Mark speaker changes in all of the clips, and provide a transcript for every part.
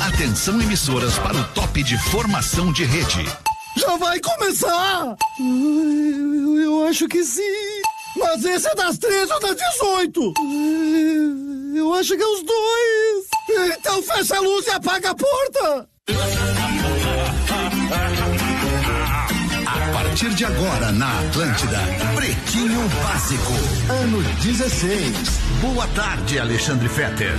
Speaker 1: Atenção emissoras para o top de formação de rede.
Speaker 2: Já vai começar? Eu, eu acho que sim. Mas esse é das 13 ou das 18? Eu, eu acho que é os dois. Então fecha a luz e apaga a porta.
Speaker 1: A partir de agora na Atlântida, Pretinho Básico, ano 16. Boa tarde, Alexandre Fetter.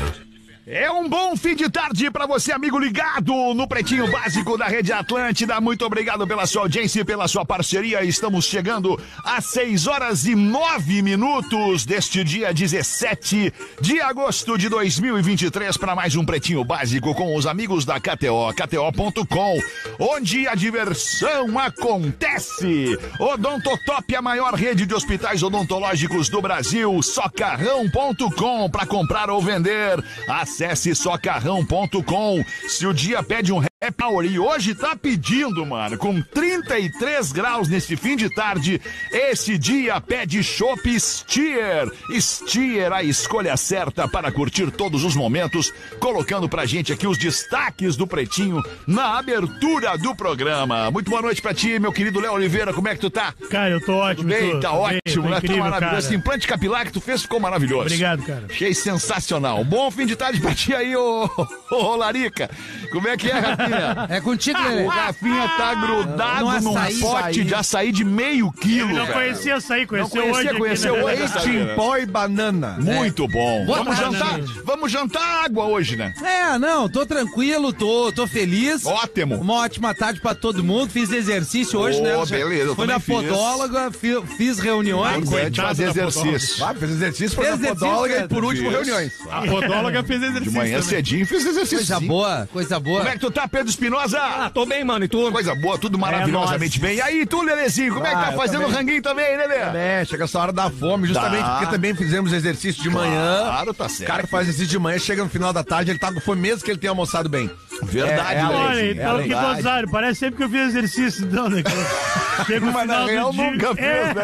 Speaker 3: É um bom fim de tarde para você, amigo ligado no Pretinho Básico da Rede Atlântida. Muito obrigado pela sua audiência e pela sua parceria. Estamos chegando às 6 horas e 9 minutos deste dia 17 de agosto de 2023 para mais um Pretinho Básico com os amigos da KTO, KTO.com, onde a diversão acontece. Odontotop, a maior rede de hospitais odontológicos do Brasil, socarrão.com para comprar ou vender. Acesse acesse socarrão.com. Se o dia pede um happy hour e hoje tá pedindo, mano, com 33 graus neste fim de tarde, esse dia pede chopp Stier. Stier, a escolha certa para curtir todos os momentos, colocando pra gente aqui os destaques do Pretinho na abertura do programa. Muito boa noite pra ti, meu querido Léo Oliveira, como é que tu tá?
Speaker 4: Cara, eu tô ótimo.
Speaker 3: Tudo bem,
Speaker 4: tô,
Speaker 3: tá
Speaker 4: tô bem,
Speaker 3: ótimo,
Speaker 4: tô
Speaker 3: né?
Speaker 4: incrível,
Speaker 3: tá maravilhoso.
Speaker 4: cara.
Speaker 3: Esse implante capilar que tu fez ficou maravilhoso.
Speaker 4: Obrigado, cara.
Speaker 3: Achei sensacional. Bom fim de tarde pra ti aí, ô, ô, ô, Larica. Como é que é, Rafinha?
Speaker 5: É contigo, Lelê.
Speaker 3: O Rafinha tá grudado
Speaker 5: No
Speaker 3: num
Speaker 5: açaí,
Speaker 3: pote
Speaker 5: açaí.
Speaker 3: de açaí de meio quilo,
Speaker 4: Eu não
Speaker 3: velho.
Speaker 4: conhecia essa aí,
Speaker 3: Não
Speaker 4: conheceu hoje.
Speaker 3: conhecia,
Speaker 4: aqui,
Speaker 3: conheceu
Speaker 4: né?
Speaker 3: hoje. essa
Speaker 6: Leite em
Speaker 3: galera.
Speaker 2: É.
Speaker 6: pó e banana.
Speaker 5: É.
Speaker 3: Muito bom.
Speaker 5: Boa
Speaker 3: vamos
Speaker 5: tarde.
Speaker 3: jantar, vamos jantar água hoje, né?
Speaker 5: É, não, tô tranquilo, tô, tô feliz.
Speaker 3: Ótimo.
Speaker 5: Uma ótima tarde pra todo mundo. Fiz exercício hoje,
Speaker 3: Ô,
Speaker 5: né? Alexandre?
Speaker 3: beleza, eu
Speaker 5: Fui
Speaker 3: também
Speaker 5: na
Speaker 3: fiz.
Speaker 5: podóloga, fi- fiz reuniões.
Speaker 3: Importante
Speaker 4: coitado
Speaker 3: fazer
Speaker 4: da
Speaker 3: exercício.
Speaker 6: Ah, fez exercício, foi
Speaker 5: Fez
Speaker 6: na
Speaker 5: exercício,
Speaker 6: podóloga e
Speaker 5: Pedro?
Speaker 6: por último
Speaker 3: Isso.
Speaker 6: reuniões.
Speaker 4: A podóloga fez exercício.
Speaker 3: De manhã
Speaker 4: Ah, também.
Speaker 3: cedinho fiz exercício.
Speaker 5: Coisa
Speaker 3: sim.
Speaker 5: boa, coisa boa.
Speaker 3: Como é que tu tá, Pedro
Speaker 7: Ah,
Speaker 3: Espinosa?
Speaker 7: tô bem, mano. E tu?
Speaker 3: Coisa boa, tudo maravilhosamente bem. E aí, tu, Lelezinho, como é que
Speaker 6: Ah,
Speaker 3: tá
Speaker 6: eu
Speaker 3: fazendo
Speaker 6: também.
Speaker 3: ranguinho também, né, Lelê?
Speaker 6: É, chega essa hora da fome, justamente
Speaker 3: Dá.
Speaker 6: porque também fizemos exercício de manhã.
Speaker 3: Claro, tá
Speaker 6: O
Speaker 3: certo.
Speaker 6: cara que faz exercício de manhã chega no final da tarde, ele tá com fome mesmo que ele tenha almoçado bem.
Speaker 3: Verdade,
Speaker 6: É, é a
Speaker 3: Lelezinho.
Speaker 4: Olha,
Speaker 6: é
Speaker 4: então que
Speaker 6: verdade.
Speaker 4: dosário. Parece sempre que eu fiz exercício, então, né? cara? Chega no
Speaker 3: Mas na
Speaker 4: final do
Speaker 3: real
Speaker 4: dia-
Speaker 3: nunca fez,
Speaker 4: É.
Speaker 3: né,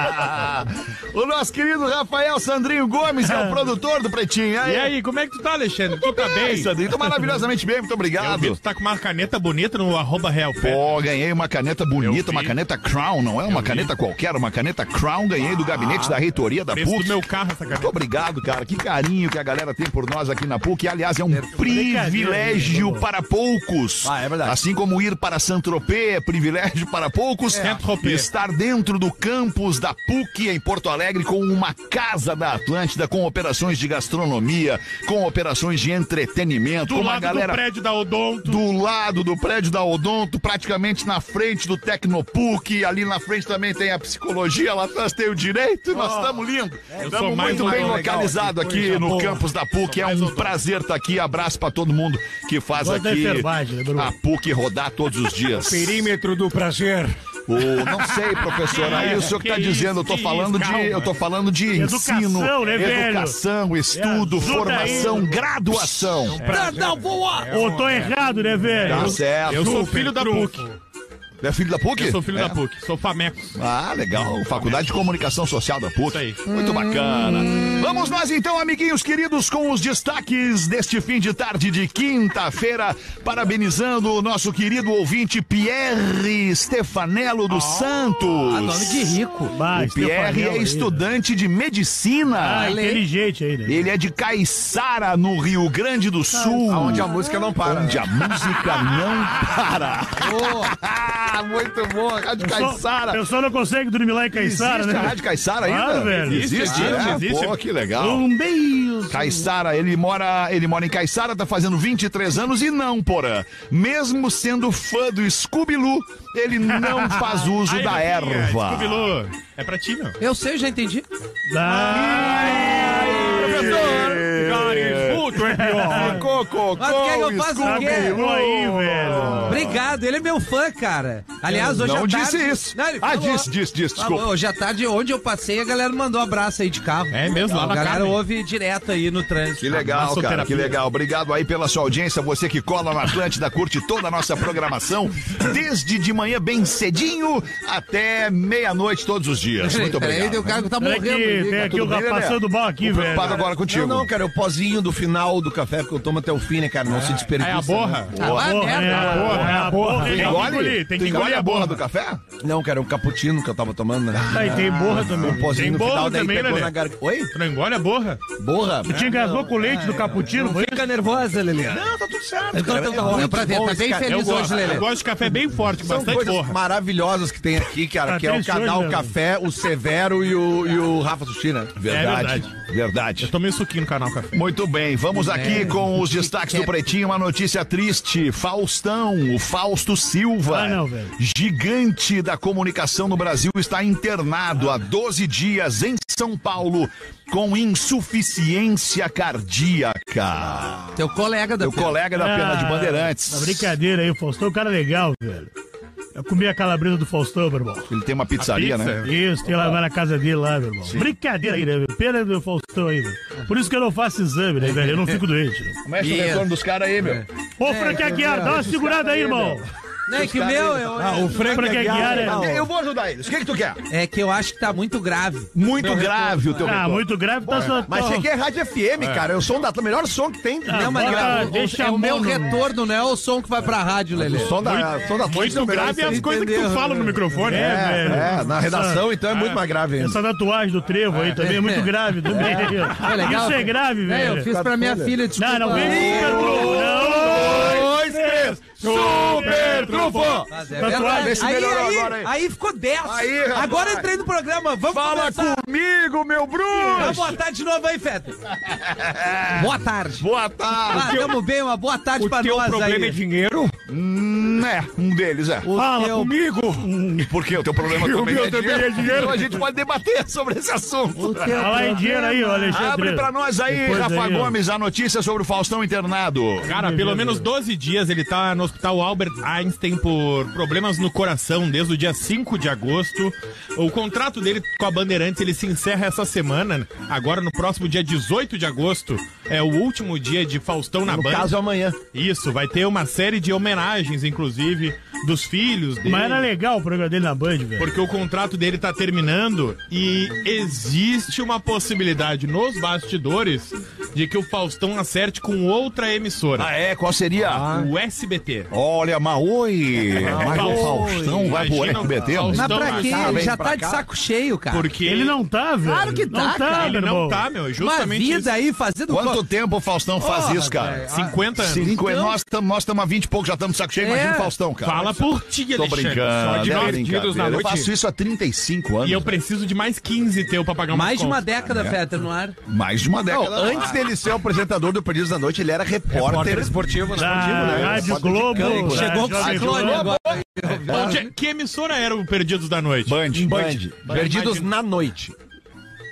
Speaker 3: Léo? o nosso querido Rafael Sandrinho Gomes é o produtor do Pretinho.
Speaker 7: E aí, como é que tu tá, Alexandre? Tu
Speaker 3: Tô
Speaker 7: tá
Speaker 3: bem,
Speaker 7: bem?
Speaker 3: Sandrinho. Tô maravilhosamente bem, muito
Speaker 7: Eu vi,
Speaker 3: obrigado.
Speaker 7: tu tá com uma caneta bonita no arroba Real Fé.
Speaker 3: Pô, ganhei uma caneta
Speaker 7: Eu vi.
Speaker 3: bonita, uma caneta Crown, não é uma
Speaker 7: vi.
Speaker 3: caneta qualquer, uma caneta Crown, ganhei do gabinete da reitoria da
Speaker 7: Preço
Speaker 3: PUC.
Speaker 7: do meu carro essa
Speaker 3: Muito
Speaker 7: caneta.
Speaker 3: obrigado, cara. Que carinho que a galera tem por nós aqui na PUC. Aliás, é um
Speaker 7: né,
Speaker 3: privilégio para poucos.
Speaker 6: Ah, é verdade.
Speaker 3: Assim como ir para Saint-Tropez é privilégio para poucos.
Speaker 7: É. Saint-Tropez.
Speaker 3: Estar dentro do campus da PUC em Porto Alegre com uma casa da Atlântida, com operações de gastronomia, com operações de entretenimento,
Speaker 7: Do
Speaker 3: uma
Speaker 7: lado
Speaker 3: galera
Speaker 7: do prédio da Odonto.
Speaker 3: do lado do prédio da Odonto, praticamente na frente do Tecnopuc, ali na frente também tem a psicologia, lá atrás tem o direito, e nós estamos lindo.
Speaker 7: é, sou
Speaker 3: Estamos
Speaker 7: mais
Speaker 3: muito bem
Speaker 7: Odonto,
Speaker 3: localizado
Speaker 7: legal, que
Speaker 3: aqui
Speaker 7: coisa
Speaker 3: no
Speaker 7: boa.
Speaker 3: campus da PUC, é
Speaker 7: Sou mais
Speaker 3: um
Speaker 7: Odonto.
Speaker 3: prazer estar aqui, abraço para todo mundo que faz
Speaker 4: Gosto da
Speaker 3: aqui
Speaker 4: enfermagem, né, Bruno?
Speaker 3: a PUC rodar todos os dias.
Speaker 7: Perímetro do prazer.
Speaker 3: O, não sei, professor, aí o senhor que
Speaker 7: É,
Speaker 3: tá
Speaker 7: Que isso,
Speaker 3: dizendo, eu tô
Speaker 7: que
Speaker 3: falando
Speaker 7: isso,
Speaker 3: de, eu tô
Speaker 7: calma.
Speaker 3: falando de
Speaker 4: Educação,
Speaker 3: ensino,
Speaker 4: né, velho?
Speaker 7: É,
Speaker 3: educação, estudo,
Speaker 4: ajuda aí.
Speaker 3: formação,
Speaker 7: um
Speaker 3: graduação.
Speaker 5: Perdão, voa!
Speaker 4: Ou tô errado, né, velho?
Speaker 3: Ah, é. Tá certo.
Speaker 7: Ah, Eu sou filho da PUC.
Speaker 3: É filho da PUC?
Speaker 7: Eu sou filho
Speaker 3: É.
Speaker 7: da PUC. Sou Famecos.
Speaker 3: Ah, legal. Faculdade de Comunicação Social da PUC.
Speaker 7: Isso aí.
Speaker 3: Muito bacana.
Speaker 6: Hum.
Speaker 3: Vamos nós então, amiguinhos queridos, com os destaques deste fim de tarde de quinta-feira, parabenizando o nosso querido ouvinte Pierre Stefanello dos
Speaker 6: Oh,
Speaker 3: Santos.
Speaker 5: Ah, nome de rico.
Speaker 4: Bah,
Speaker 3: O Pierre
Speaker 4: Stefanel
Speaker 3: é
Speaker 4: aí, né?
Speaker 3: estudante de medicina.
Speaker 4: Ah, inteligente né? ainda.
Speaker 3: Ele é de Caiçara, no Rio Grande do Sul.
Speaker 6: Onde a música não para.
Speaker 3: Onde a música não para. É
Speaker 6: Ah, muito boa, Rádio
Speaker 4: Só, eu só não consigo dormir lá em Caiçara,
Speaker 3: existe
Speaker 4: né?
Speaker 3: a Rádio Caiçara ainda?
Speaker 4: Claro, velho.
Speaker 3: Existe,
Speaker 7: Existe,
Speaker 3: é?
Speaker 7: existe.
Speaker 3: Pô, que legal.
Speaker 4: Um beijo.
Speaker 3: Caissara, ele mora, ele mora em Caissara, tá fazendo 23 anos e não, porã. Mesmo sendo fã do Scooby-Loo, ele não faz uso
Speaker 7: Ai,
Speaker 3: da
Speaker 7: Rafinha,
Speaker 3: erva.
Speaker 7: Scooby-Loo. É pra ti, meu.
Speaker 5: Eu sei, já entendi.
Speaker 7: Cara, escuta, é pior.
Speaker 3: Cocô,
Speaker 5: Mas o que é que eu faço? O quê?
Speaker 4: Pegou aí, velho.
Speaker 5: Obrigado, ele é meu fã, cara. Aliás, hoje
Speaker 3: Não
Speaker 5: à tarde...
Speaker 3: disse isso.
Speaker 5: Não, ele
Speaker 3: ah,
Speaker 5: falou.
Speaker 3: disse, disse, disse,
Speaker 5: Falou,
Speaker 3: desculpa.
Speaker 5: hoje à tarde, onde eu passei, a galera mandou um abraço aí de carro.
Speaker 7: É mesmo, lá
Speaker 5: A
Speaker 7: na
Speaker 5: galera
Speaker 7: Carmen.
Speaker 5: ouve direto aí no trânsito.
Speaker 3: Que legal, cara,
Speaker 7: Massoterapia.
Speaker 3: que legal. Obrigado aí pela sua audiência, você que cola na Atlântida, curte toda a nossa programação, desde de manhã bem cedinho até meia-noite todos os dias. Muito
Speaker 5: Peraí, tem o
Speaker 3: obrigado.
Speaker 5: cara que tá
Speaker 4: Olha
Speaker 5: morrendo.
Speaker 4: aqui,
Speaker 5: ali,
Speaker 4: né? tem
Speaker 5: cara.
Speaker 4: aqui o
Speaker 3: tudo bem,
Speaker 4: rapaz
Speaker 3: Lelé?
Speaker 4: do mal aqui,
Speaker 3: Tô
Speaker 4: né, velho.
Speaker 3: preocupado agora
Speaker 6: Não,
Speaker 3: contigo.
Speaker 6: não, cara, é o pozinho do final do café que eu tomo até
Speaker 3: até o fim, né, cara? Não se desperdiça.
Speaker 7: É a borra.
Speaker 3: né?
Speaker 5: Ah, vai, merda.
Speaker 7: É a borra. Tem que
Speaker 4: né?
Speaker 7: engolir,
Speaker 1: Tem
Speaker 7: tem
Speaker 1: tu
Speaker 7: que
Speaker 1: engole
Speaker 7: engolir
Speaker 1: a
Speaker 7: a
Speaker 1: borra
Speaker 7: borra.
Speaker 1: do café?
Speaker 3: Não, cara, é um cappuccino que eu tava tomando, né?
Speaker 4: Tá, e tem borra também.
Speaker 3: Pô, assim,
Speaker 7: Tem
Speaker 3: no
Speaker 7: borra
Speaker 3: final daí
Speaker 7: também, né,
Speaker 3: pegou
Speaker 7: Lelê?
Speaker 3: na garganta. Oi?
Speaker 7: Tu não engole a borra?
Speaker 3: Borra?
Speaker 4: Te engasgou com o leite do cappuccino, foi?
Speaker 5: Fica nervosa, Lelê. Não, tá tudo certo. Eu tô, eu tô- eu tô-
Speaker 3: muito
Speaker 5: pra ver,
Speaker 3: bom
Speaker 5: tá
Speaker 3: esse
Speaker 5: bem
Speaker 3: cara.
Speaker 7: Eu
Speaker 5: feliz hoje,
Speaker 7: gosto,
Speaker 5: Lelê.
Speaker 7: eu gosto de café bem forte,
Speaker 3: São
Speaker 7: bastante
Speaker 3: coisas
Speaker 7: borra.
Speaker 3: maravilhosas que tem aqui, cara,
Speaker 4: Tá
Speaker 3: que é o
Speaker 4: triste
Speaker 3: canal
Speaker 4: hoje, né?
Speaker 3: Café, o Severo e o, e o Rafa Sushi, né?
Speaker 7: É
Speaker 1: Verdade.
Speaker 7: verdade.
Speaker 1: Verdade.
Speaker 7: Eu tomei um suquinho no canal, café.
Speaker 1: Muito bem, vamos aqui com os destaques do Pretinho. Uma notícia triste. Faustão, o Fausto Silva,
Speaker 4: Ah, não, velho.
Speaker 1: gigante da comunicação no Brasil, está internado há 12 dias em São Paulo com insuficiência cardíaca.
Speaker 5: Teu colega da
Speaker 1: Meu colega da Pena de
Speaker 4: Ah,
Speaker 1: Bandeirantes.
Speaker 4: brincadeira aí, o Faustão é um cara legal, velho. Eu comi a calabresa do Faustão, meu irmão.
Speaker 1: Ele tem uma pizzaria,
Speaker 7: pizza?
Speaker 1: né?
Speaker 4: Isso, tem lá vai na casa dele lá, meu irmão. Brincadeira aí, né? meu? Pena do Faustão aí, velho. Por isso que eu não faço exame, né, velho? Eu não fico doente. Né?
Speaker 1: Começa
Speaker 5: Isso.
Speaker 1: o retorno dos caras aí, meu.
Speaker 4: Ô, Frank Aguiar, dá uma segurada aí, irmão.
Speaker 5: Não, é que o meu... Eu, o
Speaker 4: Frank Aguiar é...
Speaker 1: Eu vou ajudar eles. O que, que tu quer?
Speaker 5: É que eu acho que tá muito grave.
Speaker 1: Muito grave o teu
Speaker 4: Ah,
Speaker 1: retorno.
Speaker 4: muito grave, tá só...
Speaker 3: Mas isso aqui é Rádio FM, cara. É o
Speaker 1: um
Speaker 3: som da, o melhor som que tem.
Speaker 4: Ah,
Speaker 5: Não, mas
Speaker 4: bota-
Speaker 5: gra- o-
Speaker 4: deixa
Speaker 5: é
Speaker 4: a
Speaker 5: o meu
Speaker 4: mão no-
Speaker 5: retorno, não é o som que vai pra rádio, Lelê.
Speaker 3: O som da, som da Atlântida é
Speaker 7: Muito
Speaker 3: o melhor.
Speaker 7: grave é as coisas que tu
Speaker 5: entendeu,
Speaker 7: fala no
Speaker 5: né?
Speaker 7: microfone.
Speaker 4: É,
Speaker 7: né?
Speaker 4: velho.
Speaker 3: É, na redação, então é muito mais grave ainda.
Speaker 4: Essa tatuagem do trevo aí também é muito grave também.
Speaker 5: legal,
Speaker 4: Isso é
Speaker 5: cara.
Speaker 4: grave,
Speaker 5: É, eu
Speaker 4: velho.
Speaker 5: fiz pra minha filha, desculpa.
Speaker 4: Não, não vem com cara troco, não.
Speaker 3: Dois, três, super trufo!
Speaker 5: Mas é
Speaker 4: Tatuagem,
Speaker 5: verdade.
Speaker 3: esse
Speaker 5: aí,
Speaker 3: melhorou
Speaker 5: aí,
Speaker 3: agora aí.
Speaker 5: aí ficou 10.
Speaker 3: Aí, rapaz.
Speaker 5: agora entrei no programa. Vamos
Speaker 3: Fala
Speaker 5: começar.
Speaker 3: comigo, meu
Speaker 5: Vamos
Speaker 3: Bruno!
Speaker 5: botar de novo aí, Feta. boa tarde.
Speaker 3: Boa tarde!
Speaker 5: Ah, tamo bem, uma boa tarde pra
Speaker 7: Teu
Speaker 5: nós
Speaker 7: problema
Speaker 5: aí.
Speaker 7: é dinheiro?
Speaker 1: Hum, é, um deles é.
Speaker 5: O
Speaker 4: Fala
Speaker 5: teu-
Speaker 7: Comigo!
Speaker 1: Por quê? O teu problema também,
Speaker 7: meu
Speaker 1: é,
Speaker 7: também
Speaker 1: dinheiro?
Speaker 7: é dinheiro.
Speaker 1: Então a gente pode debater sobre esse assunto.
Speaker 4: Fala em dinheiro aí, ó, Alexandre.
Speaker 1: Abre pra nós é aí,
Speaker 4: Depois
Speaker 1: Rafa
Speaker 4: aí, ó.
Speaker 1: Gomes, a notícia sobre o Faustão internado.
Speaker 7: Cara, pelo menos 12 dias ele tá no hospital Albert Einstein por problemas no coração desde o dia 5 de agosto. O contrato dele com a Bandeirantes ele se encerra essa semana, agora no próximo dia 18 de agosto. É o último dia de Faustão na
Speaker 3: No
Speaker 7: Band.
Speaker 3: caso, amanhã.
Speaker 7: Isso, vai ter uma série de homenagens, inclusive, dos filhos dele.
Speaker 4: Mas era legal o programa dele na Band, velho.
Speaker 7: Porque o contrato dele tá terminando e existe uma possibilidade nos bastidores de que o Faustão acerte com outra emissora.
Speaker 1: Ah, é? Qual seria?
Speaker 7: O SBT.
Speaker 1: Olha, Maui. Mas o Faustão vai pro
Speaker 7: Imagina o
Speaker 1: RBT.
Speaker 7: Faustão.
Speaker 5: Mas pra
Speaker 7: Então,
Speaker 5: quê?
Speaker 7: cara,
Speaker 5: Ele
Speaker 3: vem
Speaker 5: já
Speaker 3: pra
Speaker 5: tá de
Speaker 3: cá.
Speaker 5: saco cheio, cara.
Speaker 7: Porque
Speaker 4: Ele não tá, velho.
Speaker 5: Claro que tá,
Speaker 4: Não
Speaker 5: cara.
Speaker 4: tá,
Speaker 7: Ele
Speaker 4: meu
Speaker 7: não
Speaker 4: irmão.
Speaker 7: tá, meu. é
Speaker 5: Uma
Speaker 7: Justamente
Speaker 5: vida
Speaker 7: isso.
Speaker 5: aí fazendo...
Speaker 1: Quanto
Speaker 5: co-
Speaker 1: tempo o Faustão faz
Speaker 5: Porra,
Speaker 1: isso, cara?
Speaker 5: velho.
Speaker 7: 50 anos.
Speaker 1: Cinco, é,
Speaker 5: Então-
Speaker 1: Nós estamos há 20 e pouco, já estamos saco cheio.
Speaker 5: É.
Speaker 1: Imagina o Faustão, cara.
Speaker 7: Fala por ti,
Speaker 1: Tô
Speaker 7: Alexandre.
Speaker 1: brincando.
Speaker 7: Só de
Speaker 1: é
Speaker 7: nove
Speaker 1: brincadeira.
Speaker 7: tiros na
Speaker 1: Eu faço
Speaker 7: noite.
Speaker 1: isso há 35 anos.
Speaker 7: E eu preciso de mais 15 teu pra pagar uma
Speaker 5: Mais de uma década, Feta, no ar.
Speaker 1: Mais de uma
Speaker 3: Não,
Speaker 1: década.
Speaker 3: antes dele ser o apresentador do Perdidos da Noite, ele era repórter, esportivo, né?
Speaker 4: Da Tá, Rádio Globo. da
Speaker 5: Chegou com o
Speaker 4: Jovem
Speaker 5: ciclone
Speaker 4: Pan.
Speaker 5: agora.
Speaker 7: Onde é- que emissora era o Perdidos da Noite?
Speaker 1: Band.
Speaker 3: Band. Perdidos na Noite.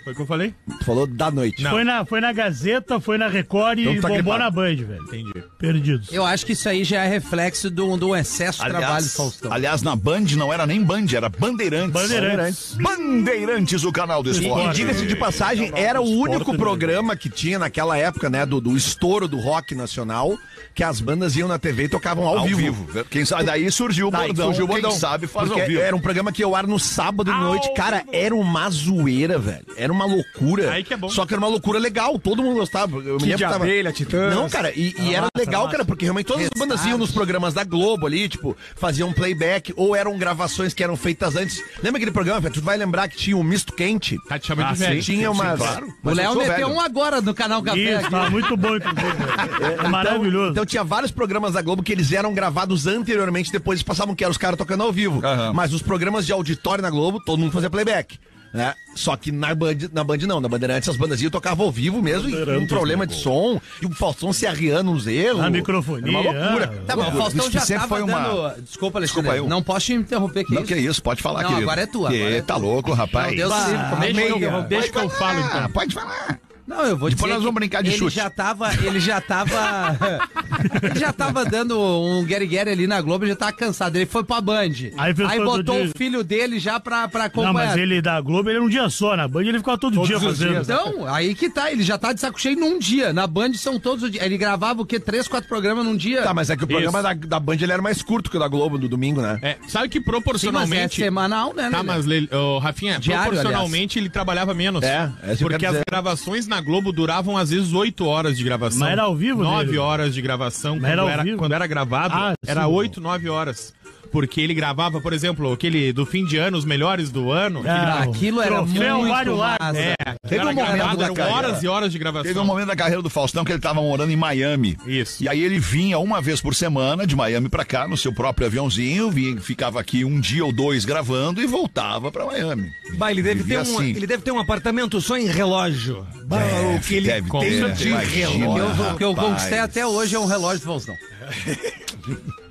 Speaker 7: Foi o que eu falei?
Speaker 3: Tu falou da noite.
Speaker 7: Não.
Speaker 4: Foi na, foi na Gazeta, foi na Record
Speaker 3: Então
Speaker 4: e
Speaker 3: tá
Speaker 4: bombou
Speaker 3: gripado.
Speaker 4: na Band, velho.
Speaker 7: Entendi.
Speaker 4: Perdidos.
Speaker 5: Eu acho que isso aí já é reflexo de um, de um excesso de trabalho,
Speaker 1: Aliás,
Speaker 5: Faustão.
Speaker 1: aliás, na Band não era nem Band, era Bandeirantes.
Speaker 4: Bandeirantes.
Speaker 1: Bandeirantes, o canal do
Speaker 3: E
Speaker 1: esporte.
Speaker 3: diga-se de
Speaker 2: é
Speaker 3: passagem, era o único programa que tinha naquela época, né, do, do estouro do rock nacional, que as bandas iam na TV e tocavam ao,
Speaker 1: Ao
Speaker 3: vivo.
Speaker 1: vivo. Quem sabe, daí surgiu o
Speaker 3: Daí
Speaker 1: bordão.
Speaker 3: surgiu o bordão.
Speaker 1: Quem sabe faz
Speaker 3: Porque
Speaker 1: ao vivo.
Speaker 3: Era um programa que eu ar no sábado de
Speaker 7: Ah,
Speaker 3: noite. Cara, era uma zoeira, velho. Era uma loucura.
Speaker 7: Aí que é bom.
Speaker 3: Só que era uma loucura legal, todo mundo gostava. Eu me lembro que tava...
Speaker 8: Titãs.
Speaker 3: Não, cara, e, e era legal, cara, porque realmente todas as bandas iam nos programas da Globo ali, tipo, faziam playback, ou eram gravações que eram feitas antes. Lembra aquele programa, velho? Tu vai lembrar que tinha um misto quente? Ah,
Speaker 7: Tá te chamando de velho.
Speaker 3: Tinha umas.
Speaker 5: O
Speaker 3: mas eu
Speaker 5: Léo
Speaker 3: sou velho.
Speaker 5: meteu um agora no canal Café
Speaker 4: Isso,
Speaker 5: aqui.
Speaker 4: tá muito bom, inclusive. velho. É maravilhoso.
Speaker 3: Então tinha vários programas da Globo que eles eram gravados anteriormente, depois eles passavam que eram os caras tocando ao vivo. Mas os programas de auditório na Globo, todo mundo fazia playback. Né? Só que na Band, na Band não, na Bandeirantes as bandas iam tocavam ao vivo mesmo, e um problema de som, e o Faustão se arriando nos erros.
Speaker 4: Na microfonia,
Speaker 3: Era uma loucura.
Speaker 4: é.
Speaker 3: Tá
Speaker 5: Não, o
Speaker 3: bom,
Speaker 5: Faustão
Speaker 1: Isso
Speaker 5: já
Speaker 1: sempre
Speaker 5: tava
Speaker 1: foi uma-
Speaker 5: dando... Desculpa, Alexandre.
Speaker 1: Desculpa, eu-
Speaker 5: Não posso te interromper, que
Speaker 1: Não,
Speaker 5: isso?
Speaker 1: que isso, pode falar,
Speaker 5: Não,
Speaker 1: querido.
Speaker 5: agora é tua,
Speaker 1: Que
Speaker 5: agora é
Speaker 1: tá
Speaker 5: tua.
Speaker 1: louco, rapaz.
Speaker 5: Não, Deus
Speaker 1: Bah,
Speaker 5: livre, como é que
Speaker 7: Deixa que
Speaker 5: chega?
Speaker 7: eu, deixa que eu falo,
Speaker 1: ah,
Speaker 7: então.
Speaker 1: pode falar.
Speaker 5: Não, eu vou
Speaker 1: Depois
Speaker 5: dizer.
Speaker 1: Tipo, nós
Speaker 5: que
Speaker 1: vamos brincar de
Speaker 5: ele
Speaker 1: chute.
Speaker 5: já tava, ele já tava, ele já tava dando um Gary Gary ali na Globo, ele já tava cansado. Ele foi pra Band.
Speaker 4: Aí fez todo
Speaker 5: botou
Speaker 4: dia.
Speaker 5: o filho dele já pra, pra
Speaker 4: Não,
Speaker 5: acompanhar.
Speaker 4: mas ele da Globo, ele era um dia só. Na Band ele ficava todo dia fazendo.
Speaker 3: né?
Speaker 5: Então, aí que tá, ele já tá de saco cheio num dia. Na Band são todos os dias. Ele gravava o quê? Três, quatro programas num dia.
Speaker 3: Tá, mas é que o programa da, da Band ele era mais curto que o da Globo do domingo, né?
Speaker 7: É, sabe que
Speaker 5: Sim, mas é
Speaker 7: proporcionalmente.
Speaker 5: semanal, né?
Speaker 7: Tá,
Speaker 5: Lelê?
Speaker 7: mas, Lele- ô, Rafinha,
Speaker 5: Diário,
Speaker 7: proporcionalmente ele trabalhava menos.
Speaker 3: É, é isso que eu
Speaker 7: porque
Speaker 3: quero
Speaker 7: as
Speaker 3: dizer.
Speaker 7: gravações na na Globo duravam às vezes 8 horas de gravação.
Speaker 4: Mas era ao vivo, né,
Speaker 7: 9
Speaker 4: Igor?
Speaker 7: horas de gravação.
Speaker 4: Mas era
Speaker 7: quando
Speaker 4: ao vivo?
Speaker 7: Quando era gravado,
Speaker 4: Ah,
Speaker 7: era
Speaker 4: sim.
Speaker 7: 8, 9 horas. Porque ele gravava, por exemplo, aquele do fim de ano, os melhores do ano.
Speaker 4: Ah,
Speaker 5: Aquilo era
Speaker 4: troféu
Speaker 5: muito
Speaker 4: Mário Lago.
Speaker 5: massa.
Speaker 7: É,
Speaker 1: Teve
Speaker 7: era
Speaker 1: um momento
Speaker 7: gravado,
Speaker 1: da
Speaker 7: eram
Speaker 1: carreira.
Speaker 7: horas e horas de gravação.
Speaker 1: Teve um momento da carreira do Faustão que ele estava morando em Miami.
Speaker 7: Isso.
Speaker 1: E aí ele vinha uma vez por semana de Miami pra cá no seu próprio aviãozinho, vinha, ficava aqui um dia ou dois gravando e voltava pra Miami.
Speaker 8: Bah, ele deve, ter
Speaker 1: Vivia
Speaker 8: um,
Speaker 1: assim.
Speaker 8: ele deve ter um apartamento só em relógio. Bah, o que ele
Speaker 1: deve
Speaker 8: tem
Speaker 1: ter,
Speaker 8: de
Speaker 1: imagina.
Speaker 5: O que
Speaker 8: relógio.
Speaker 5: eu- O que eu
Speaker 1: Rapaz.
Speaker 5: conquistei até hoje é um relógio do Faustão.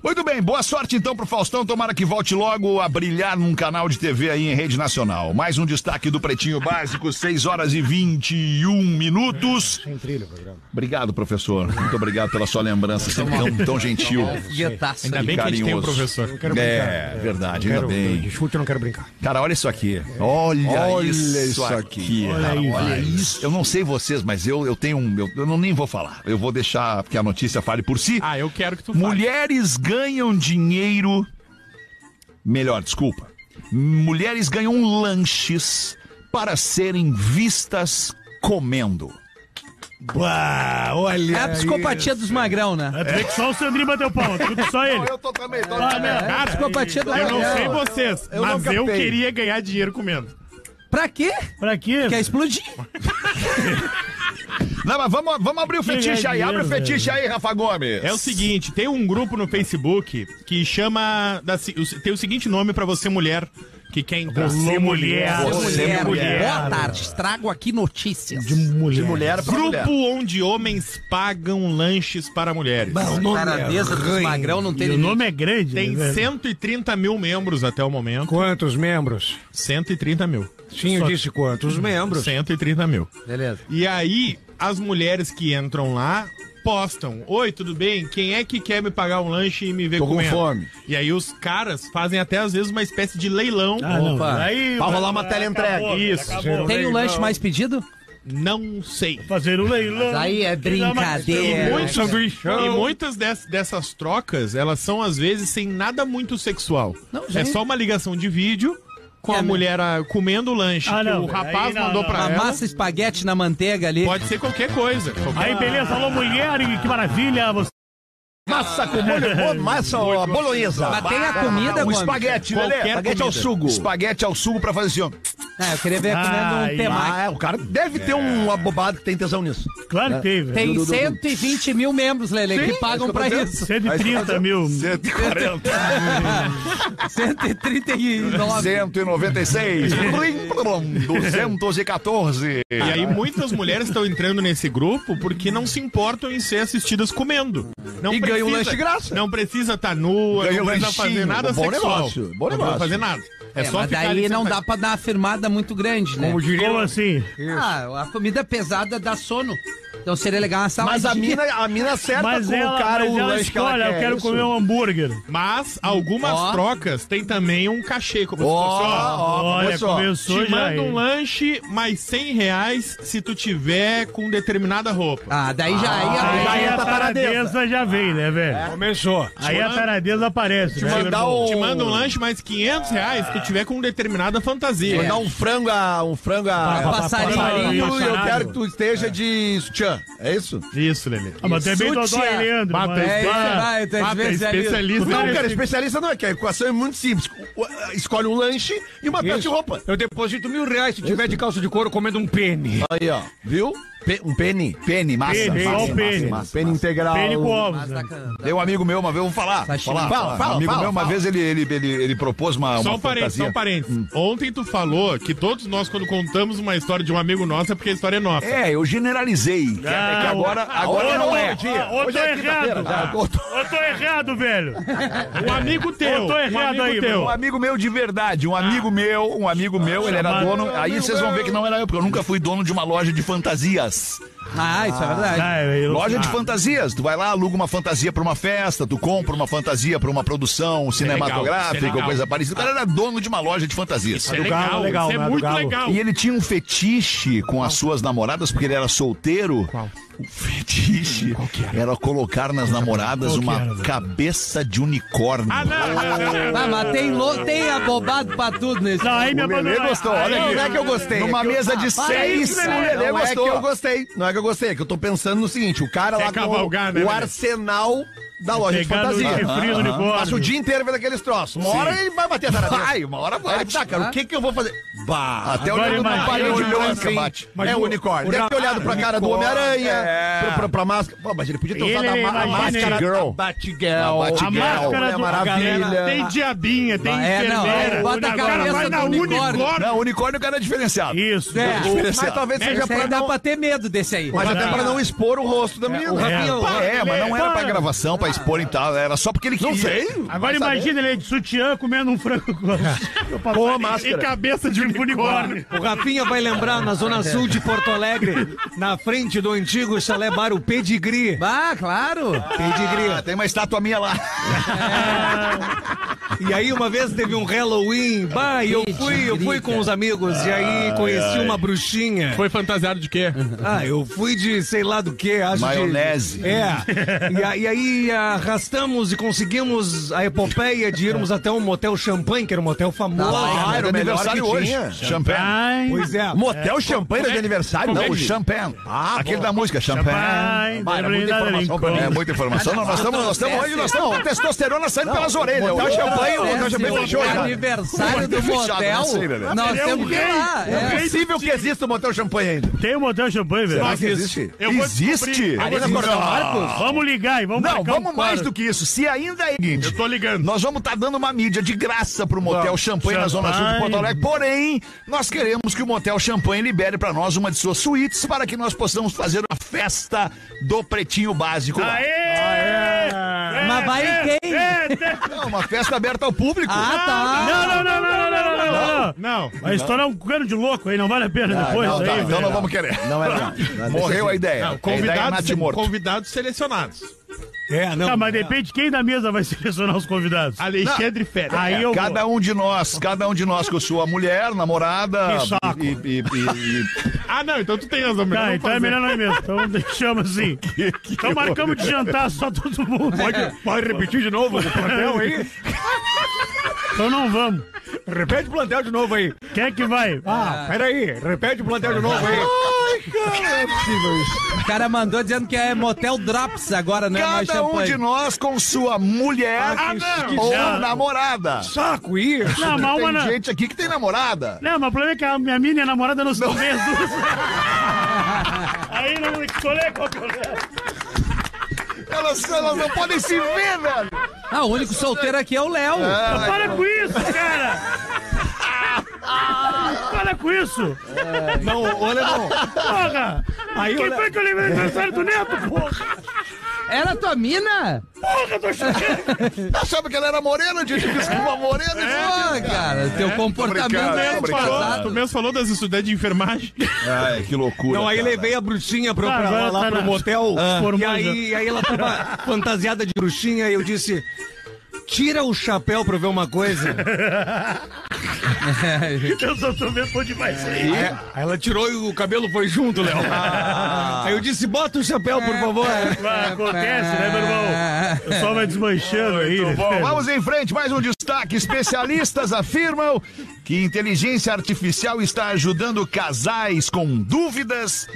Speaker 1: Muito bem, boa sorte então pro Faustão. Tomara que volte logo a brilhar num canal de TV aí em rede nacional. Mais um destaque do Pretinho Básico, 6 horas e 21 minutos. Obrigado, professor. Muito obrigado pela sua lembrança, sempre tão, tão gentil.
Speaker 5: Guetaço.
Speaker 7: Ainda bem que a gente tem
Speaker 1: Carinhoso.
Speaker 7: um professor.
Speaker 1: É, verdade, ainda bem.
Speaker 8: Chute, eu não quero brincar.
Speaker 1: Cara, olha isso aqui. Olha,
Speaker 3: Olha
Speaker 1: isso,
Speaker 3: isso
Speaker 1: aqui.
Speaker 3: aqui,
Speaker 1: olha isso. Eu não sei vocês, mas eu, eu tenho um. Eu, eu não nem vou falar. Eu vou deixar que a notícia fale por si.
Speaker 7: Ah, eu quero que tu fale.
Speaker 1: Mulheres ganham dinheiro. Melhor, desculpa. Mulheres ganham lanches para serem vistas comendo.
Speaker 8: Bah, olha.
Speaker 5: É a psicopatia dos magrão, né?
Speaker 4: É, tu vê que só o Sandrinho bateu pau, tu vê que só ele.
Speaker 1: tô também,
Speaker 3: então
Speaker 1: tô
Speaker 3: tá
Speaker 4: Ah, não.
Speaker 5: É a psicopatia do
Speaker 7: Eu não sei
Speaker 5: magrão.
Speaker 7: vocês, mas eu queria ganhar dinheiro comendo.
Speaker 5: Pra quê?
Speaker 4: Pra quê?
Speaker 5: Quer explodir?
Speaker 1: Não, mas vamos, vamos abrir o fetiche aí. Abre o fetiche aí, Rafa Gomes.
Speaker 7: É o seguinte, tem um grupo no Facebook que chama. da se- o- tem o seguinte nome pra você, mulher, que quer entrar.
Speaker 4: Você mulher.
Speaker 1: Você
Speaker 5: mulher.
Speaker 1: mulher.
Speaker 5: Boa tarde, trago aqui notícias.
Speaker 4: De mulher.
Speaker 1: De mulher pra mulher.
Speaker 7: Grupo onde homens pagam lanches para mulheres.
Speaker 8: o
Speaker 5: A
Speaker 8: nome
Speaker 5: Taradeza dos magrão não tem
Speaker 4: E o
Speaker 5: limite.
Speaker 4: nome é grande,
Speaker 7: Tem
Speaker 4: né, velho?
Speaker 7: 130 mil membros até o momento.
Speaker 8: Quantos membros?
Speaker 7: 130 mil.
Speaker 8: Sim, eu disse quantos
Speaker 2: Uhum.
Speaker 8: membros.
Speaker 7: 130 mil.
Speaker 5: Beleza.
Speaker 7: E aí, as mulheres que entram lá postam: Oi, tudo bem? Quem é que quer me pagar um lanche e me ver
Speaker 3: Tô com
Speaker 7: comendo?
Speaker 3: fome.
Speaker 7: E aí, os caras fazem até às vezes uma espécie de leilão.
Speaker 4: Ah, não.
Speaker 5: Opa.
Speaker 4: Aí,
Speaker 3: Pra rolar uma tela entrega.
Speaker 4: acabou,
Speaker 7: Isso.
Speaker 4: acabou.
Speaker 5: Tem o lanche mais pedido?
Speaker 7: Não sei.
Speaker 4: Fazer um leilão.
Speaker 5: Aí é brincadeira.
Speaker 7: Muito É, né? E muitas des- dessas trocas, elas são às vezes sem nada muito sexual.
Speaker 5: Não,
Speaker 7: é
Speaker 5: gente.
Speaker 7: só uma ligação de vídeo com
Speaker 5: É
Speaker 7: a
Speaker 3: né?
Speaker 5: mesmo.
Speaker 7: mulher ah, comendo o lanche
Speaker 4: Ah,
Speaker 7: que
Speaker 4: não,
Speaker 7: o
Speaker 4: velho.
Speaker 7: rapaz
Speaker 4: Aí não,
Speaker 7: mandou
Speaker 4: não.
Speaker 7: pra
Speaker 5: Uma
Speaker 7: ela.
Speaker 5: massa espaguete na manteiga ali.
Speaker 7: Ah, é? Pode ser qualquer coisa. qualquer-
Speaker 4: Aí, beleza, alô, mulher, que maravilha. Você
Speaker 3: Massa com molho, bom, massa ó, bolonhesa.
Speaker 5: Mas tem a comida,
Speaker 1: Um
Speaker 5: Gomes.
Speaker 1: espaguete, Lelê.
Speaker 7: Qualquer
Speaker 1: Espaguete ao
Speaker 7: comida.
Speaker 1: sugo. Espaguete ao sugo pra fazer assim, ó.
Speaker 5: Ah, eu queria ver
Speaker 4: Ai,
Speaker 5: comendo um temaki.
Speaker 3: Ah, é, o cara deve ter um abobado que tem tesão nisso.
Speaker 4: Claro que tem, velho.
Speaker 5: Tem 120 mil membros, Lele, que pagam pra isso.
Speaker 4: 130 mil.
Speaker 5: 139.
Speaker 1: 196. Plim, plum, 214.
Speaker 7: E aí muitas mulheres estão entrando nesse grupo porque não se importam em ser assistidas comendo. Não
Speaker 3: E ganha um lanche de graça.
Speaker 7: Não precisa estar nua,
Speaker 3: Ganha
Speaker 7: não
Speaker 3: um
Speaker 7: precisa
Speaker 3: lanchinho,
Speaker 7: fazer nada
Speaker 3: bom
Speaker 7: sexual.
Speaker 3: negócio, bom
Speaker 7: não
Speaker 3: negócio.
Speaker 7: precisa fazer nada. É,
Speaker 5: É,
Speaker 7: só
Speaker 5: mas
Speaker 7: ficar ali
Speaker 5: daí não
Speaker 7: sentado.
Speaker 5: dá pra dar uma afirmada muito grande, né?
Speaker 4: Como assim?
Speaker 5: Ah, a comida pesada dá sono. Então seria legal uma
Speaker 3: Mas
Speaker 5: saladinha.
Speaker 3: a mina, a mina acerta
Speaker 4: Mas
Speaker 3: com
Speaker 4: ela,
Speaker 3: o cara
Speaker 4: mas
Speaker 3: o
Speaker 4: ela
Speaker 3: lanche que ela
Speaker 4: escolhe,
Speaker 3: quer.
Speaker 4: eu quero
Speaker 3: isso.
Speaker 4: comer um hambúrguer.
Speaker 7: Mas algumas
Speaker 5: Ó.
Speaker 7: trocas tem também um cachê, como se fosse, ó,
Speaker 3: Ó,
Speaker 4: Olha,
Speaker 3: começou.
Speaker 4: começou
Speaker 7: te
Speaker 4: já
Speaker 7: manda um
Speaker 4: aí.
Speaker 7: lanche mais 100 reais se tu tiver com determinada roupa.
Speaker 5: Ah, daí já é um aí,
Speaker 4: Aí,
Speaker 5: aí,
Speaker 4: a
Speaker 3: entra a taradeza.
Speaker 4: taradeza já vem, né, velho?
Speaker 8: Começou.
Speaker 4: Aí a taradeza aparece, né, meu
Speaker 3: mandar
Speaker 4: irmão?
Speaker 3: um-
Speaker 7: Te manda um lanche mais 500 reais se tu tiver com determinada fantasia.
Speaker 3: Mandar um frango a. Um frango
Speaker 5: um
Speaker 3: a.
Speaker 5: passarinho.
Speaker 3: Passarinho, eu quero que tu esteja de sutiã. É isso?
Speaker 7: Isso, Lelê.
Speaker 4: Ah, mas tu é bem
Speaker 5: Sutiã.
Speaker 4: dodói, Leandro.
Speaker 7: Bata
Speaker 4: mas-
Speaker 5: É,
Speaker 4: Ah,
Speaker 5: vai, tu é
Speaker 7: Ah, tem
Speaker 5: especialista.
Speaker 7: especialista.
Speaker 8: tá
Speaker 3: Não,
Speaker 4: né?
Speaker 7: nesse-
Speaker 3: cara, especialista não é, que a equação é muito simples. O- o- Escolhe um lanche e uma peça de roupa.
Speaker 8: Eu deposito mil reais se tiver de calça de couro comendo um pene.
Speaker 3: Aí, ó. Viu? Pe- um pene.
Speaker 1: Pene, massa.
Speaker 4: Pene,
Speaker 1: massa,
Speaker 4: só o
Speaker 1: massa,
Speaker 4: pene.
Speaker 1: massa.
Speaker 3: Pene integral.
Speaker 4: Pene com ovos,
Speaker 5: Mas
Speaker 4: né?
Speaker 5: tá can-
Speaker 1: Tem um amigo meu uma vez, vamos falar.
Speaker 5: Sashimi.
Speaker 1: falar,
Speaker 3: Fala, fala,
Speaker 1: Um amigo
Speaker 3: fala,
Speaker 1: meu uma
Speaker 3: fala.
Speaker 1: vez ele, ele, ele, ele propôs uma, uma
Speaker 7: Só um parênteses,
Speaker 1: fantasia.
Speaker 7: só um parênteses.
Speaker 4: Hum.
Speaker 7: Ontem tu falou que todos nós, quando contamos uma história de um amigo nosso, é porque a história é nossa.
Speaker 8: um
Speaker 1: É, eu generalizei. que é que agora agora não é.
Speaker 4: Ah, Ou tô errado.
Speaker 3: já.
Speaker 4: Ou tô errado, velho.
Speaker 7: Um amigo teu.
Speaker 4: É. Eu tô errado
Speaker 7: um amigo
Speaker 4: aí,
Speaker 7: teu.
Speaker 1: Um amigo meu de verdade, um amigo meu, um amigo meu, ele era
Speaker 4: Chamado-
Speaker 1: dono. Aí vocês vão ver que não era eu, porque eu nunca fui dono de uma loja de fantasias.
Speaker 5: Ah, isso é verdade.
Speaker 4: Ah, eu-
Speaker 1: Loja de
Speaker 4: Ah,
Speaker 1: fantasias. Tu vai lá, aluga uma fantasia pra uma festa, tu compra uma fantasia pra uma produção cinematográfica
Speaker 7: legal.
Speaker 1: ou coisa parecida. O cara era dono de uma loja de fantasias.
Speaker 7: Isso é
Speaker 4: do
Speaker 7: legal,
Speaker 4: Galo, legal,
Speaker 7: isso é
Speaker 4: né, do
Speaker 7: muito
Speaker 4: Galo.
Speaker 7: legal.
Speaker 1: E ele tinha um fetiche com as suas namoradas, porque ele era solteiro.
Speaker 7: Qual?
Speaker 1: O fetiche era? colocar nas namoradas
Speaker 4: Qual que
Speaker 1: uma
Speaker 4: era, velho?
Speaker 1: cabeça de unicórnio.
Speaker 7: Ah, não,
Speaker 4: é.
Speaker 7: não, não, não.
Speaker 5: Ah, mas tem, lo... tem abobado pra tudo nesse.
Speaker 4: Não, aí me abandonou.
Speaker 3: Lelê gostou, olha
Speaker 4: Aí-
Speaker 3: aqui. Não é que eu gostei.
Speaker 1: Numa
Speaker 3: é que eu-
Speaker 1: mesa de
Speaker 3: Ah, para
Speaker 1: seis,
Speaker 3: isso, Lelê.
Speaker 1: o Lelê
Speaker 3: não
Speaker 1: gostou.
Speaker 3: é que eu gostei. Não é que eu gostei. É que eu tô pensando no seguinte: o cara
Speaker 7: Quer
Speaker 3: lá com
Speaker 7: cavalgar, né,
Speaker 3: o
Speaker 7: Lelê?
Speaker 3: arsenal da loja de
Speaker 4: Pegar no
Speaker 3: fantasia.
Speaker 4: chifrinho do
Speaker 3: Aham, aham.
Speaker 4: unicórnio.
Speaker 3: Passa um o dia inteiro vendo aqueles troços. Uma hora ele vai bater a taradela.
Speaker 1: Vai, uma hora
Speaker 3: Aí
Speaker 1: vai.
Speaker 3: ele, tá, cara, o que que eu vou fazer? Bah,
Speaker 1: Até
Speaker 4: Agora
Speaker 1: olhando
Speaker 4: imagina
Speaker 1: na parede
Speaker 4: o
Speaker 1: olhou
Speaker 4: Johnson,
Speaker 1: esse bate.
Speaker 3: é o unicórnio. Deve ter olhado pra cara do Homem-Aranha, pra, pra, pra máscara. Pô, mas ele podia ter usado
Speaker 4: Ele,
Speaker 3: a, ma- a
Speaker 4: imagina,
Speaker 3: máscara
Speaker 4: ele-
Speaker 3: da Batgirl. é
Speaker 4: A máscara
Speaker 3: Mulher
Speaker 4: do
Speaker 3: Maravilha.
Speaker 4: galera, Tem diabinha, tem
Speaker 5: É, não,
Speaker 4: enfermeira.
Speaker 5: é, bota a
Speaker 4: o cara
Speaker 5: cabeça
Speaker 4: vai
Speaker 5: do
Speaker 4: na
Speaker 5: unicórnio.
Speaker 4: unicórnio.
Speaker 1: Não, o unicórnio o cara é diferenciado.
Speaker 4: Isso.
Speaker 5: É.
Speaker 3: O- Mas talvez seja
Speaker 5: Esse
Speaker 3: pra
Speaker 5: aí dá
Speaker 3: não-
Speaker 5: pra ter medo desse aí.
Speaker 3: Mas até pra não expor o rosto da
Speaker 5: o
Speaker 3: menina.
Speaker 5: Rafinha, o-
Speaker 1: É, mas não era pra
Speaker 4: Para.
Speaker 1: gravação,
Speaker 3: Ah.
Speaker 1: pra expor e tal. Era só porque ele queria.
Speaker 4: Agora imagina ele de sutiã comendo um frango com
Speaker 3: Com a
Speaker 4: e
Speaker 3: máscara.
Speaker 4: cabeça de unicórnio.
Speaker 8: O Rafinha vai lembrar na Zona Sul de Porto Alegre, na frente do antigo chalé bar, o Pedigree.
Speaker 5: Ah, claro.
Speaker 1: Ah, tem uma estátua minha lá.
Speaker 8: E aí uma vez teve um Halloween, bah, e eu fui, eu fui com os amigos, e aí conheci uma bruxinha.
Speaker 7: Foi fantasiado de quê?
Speaker 8: Ah, eu fui de sei lá do que, acho de-
Speaker 1: Maionese.
Speaker 8: É. E, a- e aí arrastamos e conseguimos a epopeia de irmos até um motel champanhe, que era um motel famoso.
Speaker 3: Ah, era o
Speaker 1: é
Speaker 3: melhor
Speaker 1: aniversário
Speaker 3: que
Speaker 1: hoje.
Speaker 3: tinha.
Speaker 1: Champanhe.
Speaker 4: Ai,
Speaker 8: Pois é.
Speaker 3: Motel champanhe de aniversário?
Speaker 1: Não,
Speaker 3: Não,
Speaker 1: o
Speaker 3: champanhe.
Speaker 1: champanhe. Ah,
Speaker 3: Ah,
Speaker 1: Aquele da música, champanhe.
Speaker 4: pai,
Speaker 3: Vai, era muita
Speaker 4: lembrei da
Speaker 3: informação pra
Speaker 4: Lincoln.
Speaker 3: mim.
Speaker 1: É muita informação. Não, nós estamos, nós estamos, hoje nós estamos, testosterona saindo pelas orelhas. é
Speaker 3: botar É, o tá champanhe,
Speaker 1: eu
Speaker 3: o
Speaker 1: vou
Speaker 3: motel champanhe
Speaker 5: Décimo
Speaker 3: fechou,
Speaker 1: É
Speaker 3: cara.
Speaker 5: É, aniversário do
Speaker 1: Motel fechado,
Speaker 5: motel.
Speaker 1: não sei, Lelê.
Speaker 5: Nós
Speaker 4: Ele é um
Speaker 5: temos que ir
Speaker 4: gay.
Speaker 5: lá.
Speaker 3: É
Speaker 5: É.
Speaker 3: possível que exista o motel champanhe ainda.
Speaker 4: Tem um motel champanhe, velho.
Speaker 3: Será que existe?
Speaker 7: Eu vou
Speaker 1: Existe?
Speaker 7: descobrir.
Speaker 3: Agora, Marcos.
Speaker 4: Vamos ligar e vamos
Speaker 1: Não,
Speaker 4: marcar
Speaker 1: vamos
Speaker 4: um
Speaker 1: mais
Speaker 4: quadro.
Speaker 1: do que isso. Se ainda é
Speaker 7: Eu tô ligando.
Speaker 1: Nós vamos estar dando uma mídia de graça pro Motel Champanhe na Zona Sul de
Speaker 4: Champanhe.
Speaker 1: Porto Alegre. Porém, nós queremos que o Motel Champanhe libere para nós uma de suas suítes para que nós possamos fazer uma festa do Pretinho Básico. lá.
Speaker 4: Aê!
Speaker 5: Mas vai quem?
Speaker 1: Não, uma festa aberta ao público.
Speaker 5: Ah, tá.
Speaker 4: É. Não, não, não, não, não, não, não, não, não.
Speaker 7: Não.
Speaker 4: Vai estourar um cano de louco aí, não vale a pena depois.
Speaker 1: não, tá,
Speaker 4: aí,
Speaker 1: então
Speaker 4: velho.
Speaker 1: não vamos querer.
Speaker 3: Não é legal.
Speaker 1: Morreu a ideia.
Speaker 7: Não,
Speaker 1: a ideia é
Speaker 7: convidados,
Speaker 1: Nath morto.
Speaker 7: convidados selecionados.
Speaker 8: É, não.
Speaker 4: Tá, mas depende quem da mesa vai selecionar os convidados.
Speaker 7: Alexandre Fera.
Speaker 8: é,
Speaker 4: Aí eu
Speaker 1: Cada um de nós, cada um de nós com sua mulher, namorada.
Speaker 4: Que saco.
Speaker 1: E, e- e- e-
Speaker 7: Ah, não, então tu tem razão.
Speaker 8: um
Speaker 7: melhor
Speaker 4: Tá,
Speaker 7: não
Speaker 4: então é
Speaker 7: fazer.
Speaker 4: melhor não é mesmo. Então deixamos assim. Então marcamos de jantar só todo mundo.
Speaker 8: Pode repetir de novo o plantel aí?
Speaker 4: Então não vamos.
Speaker 8: Repete o plantel de novo aí.
Speaker 4: Quem é que vai?
Speaker 8: Ah, peraí, repete o plantel de novo aí.
Speaker 5: O cara mandou dizendo que é motel Drops agora, não é mais
Speaker 1: cada um
Speaker 5: champanhe.
Speaker 1: de nós com sua mulher
Speaker 8: Ah, que-
Speaker 1: ou
Speaker 8: que
Speaker 4: chato.
Speaker 1: namorada.
Speaker 8: Saco isso.
Speaker 4: Não, mas uma
Speaker 1: Tem
Speaker 4: na...
Speaker 1: gente aqui que tem namorada.
Speaker 4: Não, mas o problema é que a minha mina e a namorada não são mesmo. Aí não vou escolher qual que eu levo.
Speaker 1: Elas, elas não podem se ver, velho.
Speaker 5: Ah, o único solteiro aqui é o Léo.
Speaker 4: Para com isso, cara! Para com isso!
Speaker 8: Não, ô, Lemão.
Speaker 4: Porra!
Speaker 8: Aí,
Speaker 4: Quem
Speaker 8: olha-
Speaker 4: foi que eu lembrei do aniversário do Neto, porra?
Speaker 5: Era tua mina?
Speaker 4: Porra, tô chorando!
Speaker 1: Achava Tá, que ela era morena, tinha que ser uma morena.
Speaker 5: Pô,
Speaker 1: gente.
Speaker 5: cara, teu comportamento
Speaker 1: É. obrigado,
Speaker 5: é de
Speaker 1: obrigado.
Speaker 5: casado.
Speaker 7: Tu mesmo falou das estudantes de enfermagem.
Speaker 1: Ai, que loucura.
Speaker 8: Não, aí
Speaker 1: cara.
Speaker 8: levei a bruxinha pra,
Speaker 4: Ah,
Speaker 8: pra-
Speaker 4: agora
Speaker 8: lá
Speaker 4: tá
Speaker 8: pro
Speaker 4: na-
Speaker 8: motel.
Speaker 4: Ah.
Speaker 8: E
Speaker 4: Formosa.
Speaker 8: aí, aí ela tava fantasiada de bruxinha e eu disse. Tira o chapéu pra eu ver uma coisa.
Speaker 4: Eu só tô vendo por demais aí.
Speaker 8: Aí ela tirou e o cabelo foi junto, Léo. Ah. É, Aí eu disse, bota o chapéu, por favor.
Speaker 4: Mas acontece, né, meu
Speaker 5: É.
Speaker 4: irmão? O sol vai desmanchando aí. né?
Speaker 1: Bom, vamos em frente, mais um destaque. Especialistas afirmam que inteligência artificial está ajudando casais com dúvidas,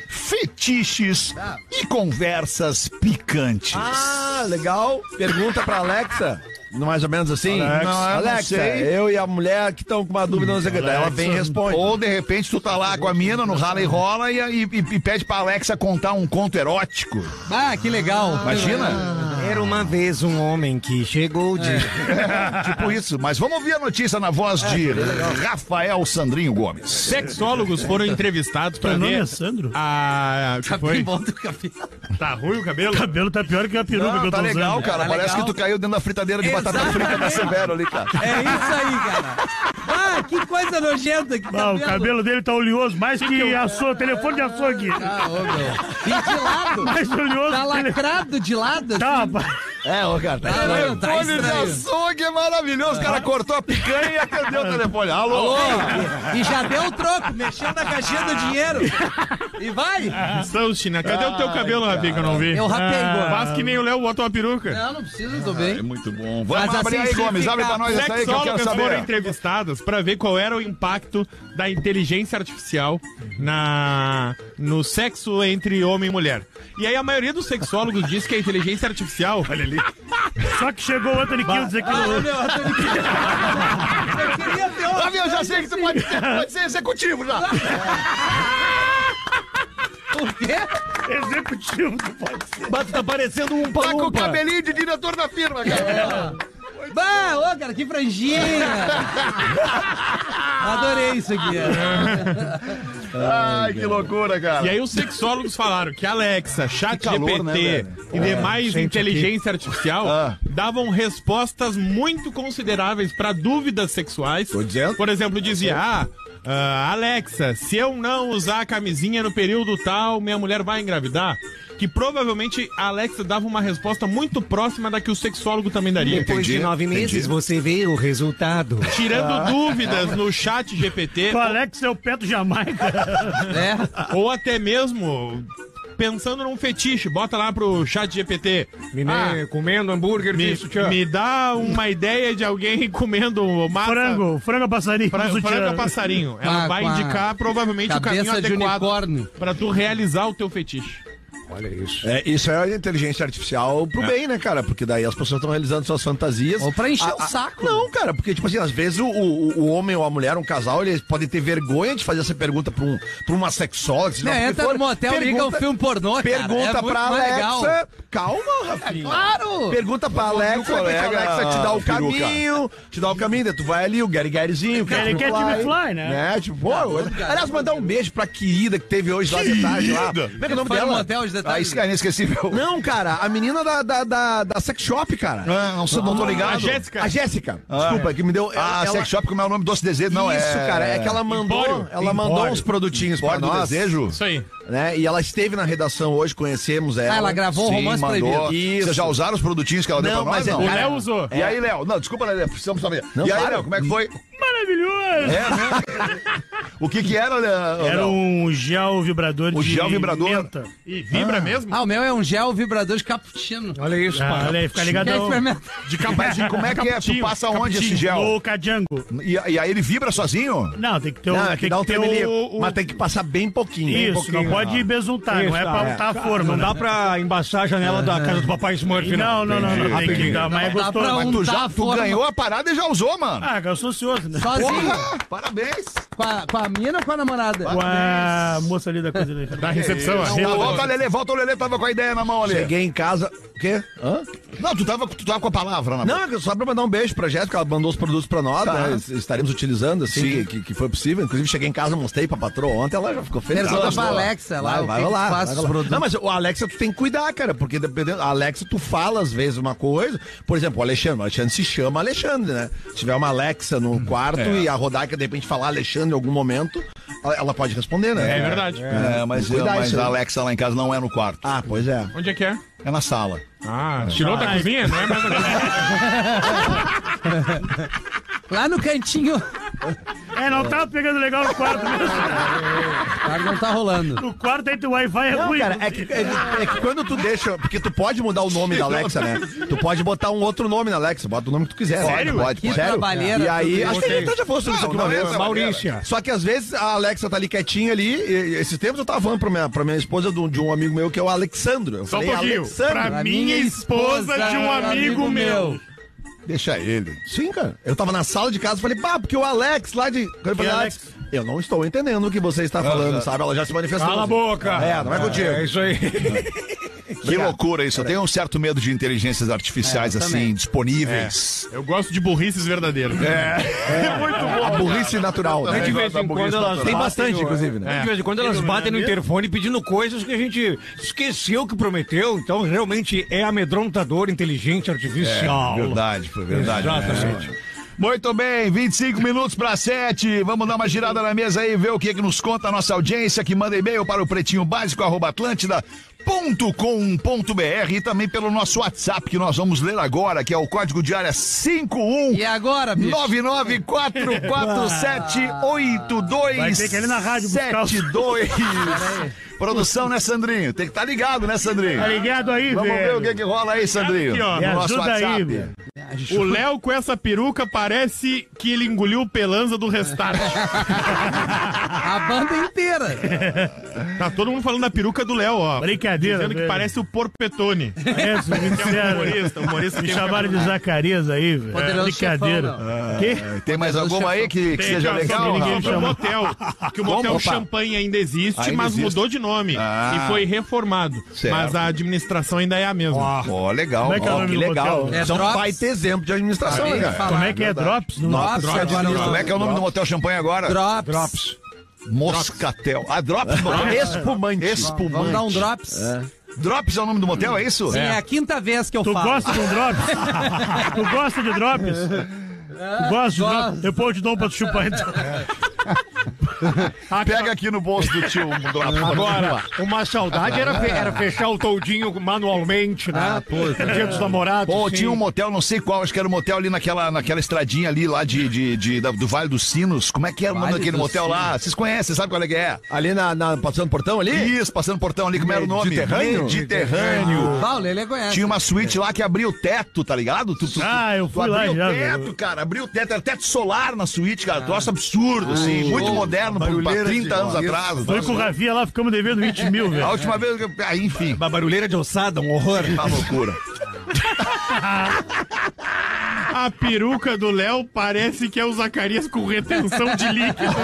Speaker 1: fetiches e conversas picantes.
Speaker 3: Ah, legal. Pergunta pra Alexa. Não mais ou menos assim?
Speaker 1: Alexa.
Speaker 3: Não, eu Alexa,
Speaker 1: não sei.
Speaker 3: eu e É a mulher que estão com uma dúvida, não sei o que. Daí Ela vem e responde.
Speaker 1: Ou de repente tu tá lá com a mina no rala e rola e, e- e pede pra Alexa contar um conto erótico.
Speaker 5: Ah, que legal.
Speaker 1: Imagina?
Speaker 8: Era uma vez um homem que chegou de.
Speaker 1: Tipo isso. Mas vamos ouvir a notícia na voz de Rafael Sandrinho Gomes.
Speaker 7: Sexólogos foram entrevistados pra
Speaker 4: Teu nome
Speaker 7: ver.
Speaker 4: é Sandro?
Speaker 7: A... que foi?
Speaker 5: Bem bom teu cabelo.
Speaker 7: Tá ruim o cabelo?
Speaker 4: O cabelo tá pior que a peruca que
Speaker 1: Não,
Speaker 4: eu tô
Speaker 1: tá legal,
Speaker 4: usando.
Speaker 1: cara.
Speaker 5: Tá
Speaker 1: Parece
Speaker 5: legal.
Speaker 1: que tu caiu dentro da fritadeira de batata
Speaker 5: Exatamente.
Speaker 1: frita da Severo ali, cara.
Speaker 5: É isso aí, cara. Ah, Ah, que coisa nojenta. Que
Speaker 4: Ah, o cabelo dele tá oleoso, mais que, açougue, telefone de açougue.
Speaker 5: Ah, ô, meu. E de lado.
Speaker 4: Mais oleoso
Speaker 5: Tá
Speaker 4: que ele...
Speaker 5: lacrado de lado?
Speaker 4: Tá,
Speaker 5: assim?
Speaker 4: rapaz.
Speaker 2: É, ô, cara, tá
Speaker 5: Ah,
Speaker 2: estranho.
Speaker 5: não, tá
Speaker 3: Telefone de
Speaker 5: estranho.
Speaker 3: açougue é maravilhoso. O cara cortou a picanha e atendeu o telefone. Alô?
Speaker 5: Ô, e e já deu o troco, mexeu na caixinha do dinheiro. E vai.
Speaker 1: Ah,
Speaker 7: São China, né? cadê o teu cabelo, Rabi, que eu não vi?
Speaker 5: Eu rapei,
Speaker 7: Ah,
Speaker 5: Gomes.
Speaker 7: Faz que nem o Léo bota uma peruca.
Speaker 5: Não, não precisa, tô bem.
Speaker 3: Muito bom. Vamos
Speaker 5: Mas
Speaker 3: abrir
Speaker 5: assim,
Speaker 3: aí,
Speaker 5: se
Speaker 3: Gomes.
Speaker 5: ficar
Speaker 3: Abre pra nós essa aí que eu quero
Speaker 7: Sexólogas foram
Speaker 3: saber.
Speaker 7: entrevistadas para ver qual era o impacto da inteligência artificial na no sexo entre homem e mulher. E aí a maioria dos sexólogos diz que a inteligência artificial
Speaker 4: Só que chegou o Anthony Kildes aqui
Speaker 5: Ah,
Speaker 4: no...
Speaker 5: meu, eu, tô ligado. eu queria ter uma...
Speaker 3: Ah, meu, já sei que você pode ser, pode ser executivo já. Tá
Speaker 5: Por quê?
Speaker 4: Executivo do podcast.
Speaker 8: Bato tá parecendo um
Speaker 3: Tá com o
Speaker 8: palumpa.
Speaker 3: cabelinho de diretor da firma, cara.
Speaker 5: Bah, ô, cara, que franjinha. Adorei isso aqui.
Speaker 3: Ai, que loucura,
Speaker 7: E
Speaker 3: cara.
Speaker 7: aí os sexólogos falaram que Alexa,
Speaker 3: Que calor,
Speaker 7: ChatGPT
Speaker 3: né, velho?
Speaker 7: e demais inteligência artificial
Speaker 3: Ah.
Speaker 7: davam respostas muito consideráveis para dúvidas sexuais.
Speaker 2: Tô dizendo.
Speaker 7: Por exemplo, dizia: "Ah, ah, Alexa, se eu não usar a camisinha no período tal, minha mulher vai engravidar?" Que provavelmente a Alexa dava uma resposta muito próxima da que o sexólogo também daria.
Speaker 8: Depois de nove meses, você vê o resultado.
Speaker 7: Tirando
Speaker 3: Ah.
Speaker 7: dúvidas no chat GPT
Speaker 4: O Alex é o pé do Jamaica.
Speaker 5: É.
Speaker 7: Ou até mesmo pensando num fetiche, bota lá pro chat GPT. Ah,
Speaker 8: comendo hambúrguer
Speaker 7: me, me dá uma ideia de alguém comendo massa.
Speaker 4: Frango, frango a passarinho.
Speaker 7: Ah, tá. Fra-
Speaker 4: sutiã.
Speaker 7: frango a passarinho. Ela
Speaker 5: Ah,
Speaker 7: vai
Speaker 5: com a
Speaker 7: indicar provavelmente o caminho
Speaker 5: Cabeça de
Speaker 7: adequado
Speaker 5: unicórnio.
Speaker 7: pra tu realizar o teu fetiche.
Speaker 8: Olha isso.
Speaker 2: É, isso é a inteligência artificial pro bem, né, cara? Porque daí as pessoas estão realizando suas fantasias.
Speaker 5: Ou pra encher
Speaker 2: A-
Speaker 5: o
Speaker 2: a-
Speaker 5: saco.
Speaker 2: Não, cara, porque, tipo assim, às vezes o, o, o homem ou a mulher, um casal, eles podem ter vergonha de fazer essa pergunta pra, um, pra uma sexóloga. seja lá
Speaker 5: É,
Speaker 2: o que
Speaker 5: entra
Speaker 2: for.
Speaker 5: no motel, liga um
Speaker 2: Pergunta-
Speaker 5: filme pornô, cara.
Speaker 2: Pergunta
Speaker 5: é muito
Speaker 2: pra
Speaker 5: mais
Speaker 2: Alexa.
Speaker 5: legal.
Speaker 2: Calma, Rafinha.
Speaker 5: Claro!
Speaker 2: Pergunta pra Alexa,
Speaker 3: o
Speaker 2: colega,
Speaker 3: colega,
Speaker 2: Alexa te dá o
Speaker 3: peruca.
Speaker 2: caminho, te dá o caminho, daí tu vai ali, o Gary Garyzinho, o
Speaker 4: Ele quer
Speaker 2: Fly,
Speaker 4: time fly, né?
Speaker 2: Tipo, pô,
Speaker 3: Tá
Speaker 2: aliás, mandar um beijo pra querida que teve hoje lá de tarde lá. Como é que é o nome
Speaker 5: Foi no
Speaker 2: dela?
Speaker 5: motel de
Speaker 3: Ah,
Speaker 5: detalhes.
Speaker 3: isso é inesquecível.
Speaker 2: Não, cara, a menina da, da, da, da sex shop, cara.
Speaker 3: Ah, não, sei, não tô ligado.
Speaker 7: A Jéssica.
Speaker 2: A Jéssica. Desculpa, que me deu.
Speaker 3: Ah, sex shop, como é o nome doce desejo? Não, é.
Speaker 2: Isso, cara, é que ela mandou,
Speaker 7: Empório.
Speaker 2: ela mandou uns produtinhos
Speaker 3: Pode
Speaker 2: pra
Speaker 3: do
Speaker 2: nós.
Speaker 3: desejo?
Speaker 7: Isso aí.
Speaker 2: Né? E ela esteve na redação hoje, conhecemos ela.
Speaker 5: Ah, ela gravou um romance
Speaker 3: mandou.
Speaker 5: proibido.
Speaker 2: Isso.
Speaker 3: Vocês já usaram os produtinhos que ela deu
Speaker 2: Não,
Speaker 3: pra nós?
Speaker 2: mas é-
Speaker 3: não?
Speaker 7: O
Speaker 2: Cara,
Speaker 7: Léo usou.
Speaker 3: E aí, Léo? Não, desculpa, Léo, precisamos saber.
Speaker 2: Não,
Speaker 3: e aí,
Speaker 2: para.
Speaker 3: Léo, como é que foi?
Speaker 4: Maravilhoso.
Speaker 3: É, né? o que que era, Léo?
Speaker 4: Era um gel vibrador
Speaker 3: O
Speaker 4: de
Speaker 3: gel vibrador.
Speaker 4: menta.
Speaker 7: E vibra mesmo?
Speaker 5: Ah, o meu é um gel vibrador de cappuccino.
Speaker 8: Olha isso,
Speaker 3: É
Speaker 4: Ah,
Speaker 8: pá.
Speaker 4: olha aí, fica ligado
Speaker 5: Quer experimentar?
Speaker 3: De capaz de como é que é? Tu passa onde esse gel?
Speaker 4: no Cajango.
Speaker 3: E, e aí ele vibra sozinho?
Speaker 4: Não, tem que ter
Speaker 2: Não,
Speaker 4: o-
Speaker 2: é que
Speaker 4: tem
Speaker 2: dá um
Speaker 4: que ter
Speaker 2: tremelico,
Speaker 4: o, o-
Speaker 2: mas tem que passar bem pouquinho. bem
Speaker 4: Isso,
Speaker 2: pouquinho.
Speaker 4: não pode besuntar, não é
Speaker 8: Isso,
Speaker 4: pra
Speaker 8: é.
Speaker 4: untar a forma.
Speaker 8: Não
Speaker 4: né? Ah.
Speaker 8: dá pra embaçar a janela da casa do papai Smurf,
Speaker 4: Não, não, não, não. Tem que
Speaker 8: Rapidinho.
Speaker 4: dar, mas é
Speaker 5: Dá pra
Speaker 4: gostoso.
Speaker 5: um-
Speaker 3: Mas
Speaker 5: Não
Speaker 3: tu
Speaker 5: dá
Speaker 3: já
Speaker 5: a
Speaker 3: tu
Speaker 5: forma.
Speaker 3: ganhou a parada e já usou, mano.
Speaker 4: Ah, eu sou ansioso, né?
Speaker 5: Sozinho.
Speaker 3: Porra, parabéns.
Speaker 5: Com a, com a mina ou com a namorada?
Speaker 4: Com a moça ali da coisa. ali.
Speaker 7: Da recepção, né? ó.
Speaker 3: Não, volta, Lelê, Tá volta, o Lelê tava com a ideia na mão ali.
Speaker 2: Cheguei em casa. O quê? Hã?
Speaker 3: Não, tu tava, tu tava com a palavra na mão.
Speaker 2: Não, só pra mandar um beijo pra Jéssica, ela mandou os produtos pra nós, né? Estaremos utilizando, assim, que, que foi possível. Inclusive, cheguei em casa, mostrei pra patroa ontem, ela já ficou feliz.
Speaker 5: Pergunta
Speaker 2: Ela
Speaker 5: pra
Speaker 2: gostou.
Speaker 5: Alexa lá,
Speaker 2: Vai,
Speaker 5: o
Speaker 2: vai
Speaker 5: que que
Speaker 2: rolar.
Speaker 5: tu
Speaker 2: vai
Speaker 5: faz com os
Speaker 2: rolar.
Speaker 5: produtos?
Speaker 2: Não, mas o Alexa, tu tem que cuidar, cara, porque dependendo. A Alexa, tu fala às vezes uma coisa. Por exemplo, o Alexandre. O Alexandre se chama Alexandre, né? Se tiver uma Alexa no quarto e a Rodaica, de repente, falar Alexandre em algum momento, ela- ela pode responder, né?
Speaker 7: É verdade.
Speaker 3: É, mas, eu,
Speaker 2: Cuidar
Speaker 3: mas
Speaker 2: isso aí.
Speaker 3: a Alexa lá em casa não é no quarto.
Speaker 2: Ah, pois é.
Speaker 7: Onde é que é?
Speaker 3: É na sala.
Speaker 7: Ah, tirou da
Speaker 8: tá.
Speaker 4: Ah,
Speaker 7: cozinha? Não é mais da cozinha.
Speaker 5: Lá no cantinho.
Speaker 4: É, não tava pegando legal o quarto mesmo.
Speaker 5: Claro, não tá rolando.
Speaker 4: O quarto aí do Wi-Fi é
Speaker 2: Não,
Speaker 4: ruim.
Speaker 2: cara, é que, é que- é que quando tu deixa. Porque tu pode mudar o nome da Alexa, né? Tu pode botar um outro nome na Alexa, bota o nome que tu quiser.
Speaker 3: Sério?
Speaker 2: Pode,
Speaker 5: Que
Speaker 2: pode. Sério?
Speaker 5: trabalheira
Speaker 2: E aí,
Speaker 5: tudo
Speaker 2: acho que a gente até já falou sobre isso aqui uma vez.
Speaker 8: Maurícia.
Speaker 2: Só que às vezes a Alexa tá ali quietinha ali. E, e esses tempos eu tava falando pra minha, pra minha esposa de um, de um amigo meu que é o Alexandro. Eu
Speaker 7: Só um
Speaker 2: falei,
Speaker 7: pouquinho.
Speaker 2: Alexandro.
Speaker 7: Pra minha esposa de um amigo meu.
Speaker 3: Deixa ele.
Speaker 2: Sim, cara. Eu tava na sala de casa e falei, pá, porque o Alex lá de. Eu falei,
Speaker 4: Alex?
Speaker 2: Alex, eu não estou entendendo o que você está falando, sabe? Ela já se manifestou.
Speaker 8: Cala a boca.
Speaker 2: É, não vai contigo.
Speaker 8: É isso aí.
Speaker 3: Que loucura isso. Eu tenho um certo medo de inteligências artificiais,
Speaker 5: É, eu
Speaker 3: assim,
Speaker 5: também.
Speaker 3: disponíveis.
Speaker 7: É. Eu gosto de burrices verdadeiras.
Speaker 1: É.
Speaker 7: É
Speaker 2: A burrice natural.
Speaker 8: De
Speaker 2: Né?
Speaker 8: vez em quando elas
Speaker 2: Tem
Speaker 8: batem
Speaker 2: bastante,
Speaker 8: no-
Speaker 2: inclusive,
Speaker 7: É.
Speaker 2: né?
Speaker 8: De vez em quando elas batem no interfone pedindo coisas que a gente esqueceu que prometeu. Então, realmente é amedrontador, inteligente, artificial.
Speaker 1: né?
Speaker 3: Verdade, foi verdade.
Speaker 2: né?
Speaker 8: Exatamente.
Speaker 1: Muito bem, 25 minutos para 7. Vamos dar uma girada na mesa aí, ver o que, que nos conta a nossa audiência, que manda e-mail para o pretinho básico, arroba Atlântida. .com.br e também pelo nosso WhatsApp que nós vamos ler agora, que é o código de área 51
Speaker 5: E agora, bicho?
Speaker 1: 994478272.
Speaker 4: Vai ter que ir na rádio buscar os-
Speaker 1: 72. Produção, né, Sandrinho? Tem que estar ligado, né, Sandrinho?
Speaker 4: Tá ligado aí,
Speaker 1: Vamos ver o
Speaker 4: velho?
Speaker 1: que, que rola aí, Sandrinho.
Speaker 7: Aqui, ó.
Speaker 1: no
Speaker 4: Me
Speaker 1: nosso
Speaker 4: ajuda
Speaker 1: WhatsApp.
Speaker 4: aí, velho.
Speaker 7: O Léo com essa peruca parece que ele engoliu o pelanza do restart.
Speaker 5: A banda inteira.
Speaker 7: tá todo mundo falando da peruca do Léo, ó.
Speaker 4: Brincadeira,
Speaker 7: Dizendo que
Speaker 4: velho.
Speaker 7: parece o Porpetone.
Speaker 4: É, isso, me disseram.
Speaker 7: humorista, humorista
Speaker 4: Me
Speaker 7: tem
Speaker 4: chamaram de Zacarias aí, velho.
Speaker 5: Poderoso
Speaker 4: Brincadeira. Ah,
Speaker 5: chefão,
Speaker 3: é
Speaker 4: que?
Speaker 1: Tem mais alguma aí que, que
Speaker 7: Tem,
Speaker 1: seja
Speaker 7: cara, só
Speaker 1: legal?
Speaker 7: que ninguém
Speaker 1: Rafa?
Speaker 7: foi pro motel. Que o motel Champanhe ainda existe,
Speaker 1: Ainda
Speaker 7: mas
Speaker 1: existe.
Speaker 7: mudou de nome
Speaker 1: Ah.
Speaker 7: e foi reformado.
Speaker 1: Certo.
Speaker 7: Mas a administração ainda é a mesma.
Speaker 1: Ó, legal.
Speaker 4: Como é que é o
Speaker 1: ó,
Speaker 4: nome
Speaker 1: que
Speaker 4: do
Speaker 1: legal.
Speaker 4: motel?
Speaker 5: É
Speaker 3: Então
Speaker 5: Drops.
Speaker 3: vai ter exemplo de administração, né,
Speaker 5: Acabei de
Speaker 3: cara?
Speaker 5: falar.
Speaker 4: Como é que é? Drops? Não.
Speaker 5: Drops agora não.
Speaker 1: Como é que é o nome do motel champanhe agora?
Speaker 5: Drops.
Speaker 1: Moscatel. Ah, Drops. Espumante. Espumante.
Speaker 5: Vamos dar um drops.
Speaker 1: Drops é o nome do motel, é isso?
Speaker 5: Sim, é. a quinta vez que eu
Speaker 4: Tu
Speaker 5: falo.
Speaker 4: gosta de um drops? tu gosta de drops?
Speaker 5: Ah,
Speaker 4: Tu gosta de drops? Depois eu te dou um pra tu chupar então.
Speaker 1: Pega aqui no bolso do tio um drop.
Speaker 9: Agora, uma saudade era, fe- era fechar o toldinho manualmente, né?
Speaker 4: Ah,
Speaker 9: Dia dos namorados.
Speaker 1: Pô,
Speaker 9: sim.
Speaker 1: tinha um motel, não sei qual, acho que era um motel ali naquela, naquela estradinha ali lá de, de, de- da- do Vale dos Sinos. Como é que era o nome
Speaker 5: Vale
Speaker 1: daquele
Speaker 5: dos
Speaker 1: motel lá? Vocês conhecem, sabe qual é que é?
Speaker 3: Ali na, na passando portão ali?
Speaker 1: Isso, passando portão ali, como era o nome?
Speaker 3: Mediterrâneo?
Speaker 1: Mediterrâneo.
Speaker 5: Ah, o Lelê conhece.
Speaker 1: Tinha uma suíte lá que abria o teto, tá ligado? Tu, tu-
Speaker 4: Ah, eu
Speaker 1: tu
Speaker 4: fui lá
Speaker 1: abria
Speaker 4: já,
Speaker 1: o teto,
Speaker 4: velho.
Speaker 1: cara, abriu o teto, era teto solar na suíte, cara.
Speaker 3: Ah.
Speaker 1: Troço absurdo, assim, muito moderno, pra- pra 30 anos atrás. né?
Speaker 4: Foi com o Rafinha lá, ficamos devendo 20 mil,
Speaker 1: A
Speaker 4: velho.
Speaker 1: última vez, que- ah, enfim,
Speaker 8: Uma barulheira de ossada, um horror.
Speaker 1: tá loucura.
Speaker 7: A peruca do Léo parece que é o Zacarias com retenção de líquido.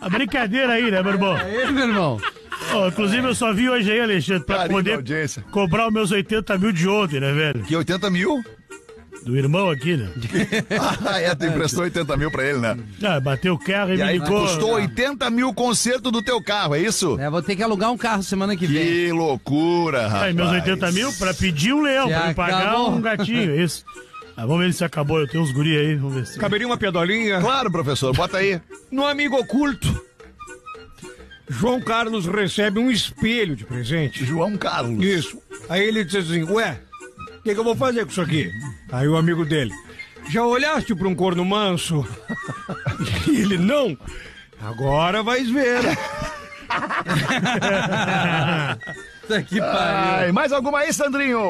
Speaker 4: A Brincadeira aí, né, meu irmão?
Speaker 5: Ei, meu irmão.
Speaker 4: Ó, inclusive, eu só vi hoje aí, Alexandre, pra
Speaker 1: Carinho da
Speaker 4: poder
Speaker 1: audiência.
Speaker 4: cobrar os meus 80 mil de ontem, né, velho?
Speaker 1: Que 80 mil?
Speaker 4: Do irmão aqui, né?
Speaker 1: Ah, é, tu emprestou 80 mil pra ele, né?
Speaker 4: Ah, bateu o carro e,
Speaker 1: E
Speaker 4: me
Speaker 1: aí
Speaker 4: ligou.
Speaker 1: custou 80 mil o conserto do teu carro, é isso?
Speaker 5: É, vou ter que alugar um carro semana que vem.
Speaker 1: Que loucura, rapaz.
Speaker 4: Aí, meus 80 mil pra pedir um leão,
Speaker 5: Se
Speaker 4: pra me pagar
Speaker 5: acabou.
Speaker 4: um gatinho, é isso. Ah, vamos ver se acabou, eu tenho uns guri aí, vamos ver
Speaker 1: Um
Speaker 4: se...
Speaker 9: Caberia uma pedolinha.
Speaker 1: Claro, professor, bota aí.
Speaker 9: No amigo oculto. João Carlos recebe um espelho de presente.
Speaker 1: João Carlos.
Speaker 9: Isso. Aí ele diz assim: Ué, o que, que eu vou fazer com isso aqui? Aí o amigo dele: Já olhaste para um corno manso? E ele: Não. Agora vais ver.
Speaker 5: Puta que pariu.
Speaker 1: Ai, mais alguma aí, Sandrinho?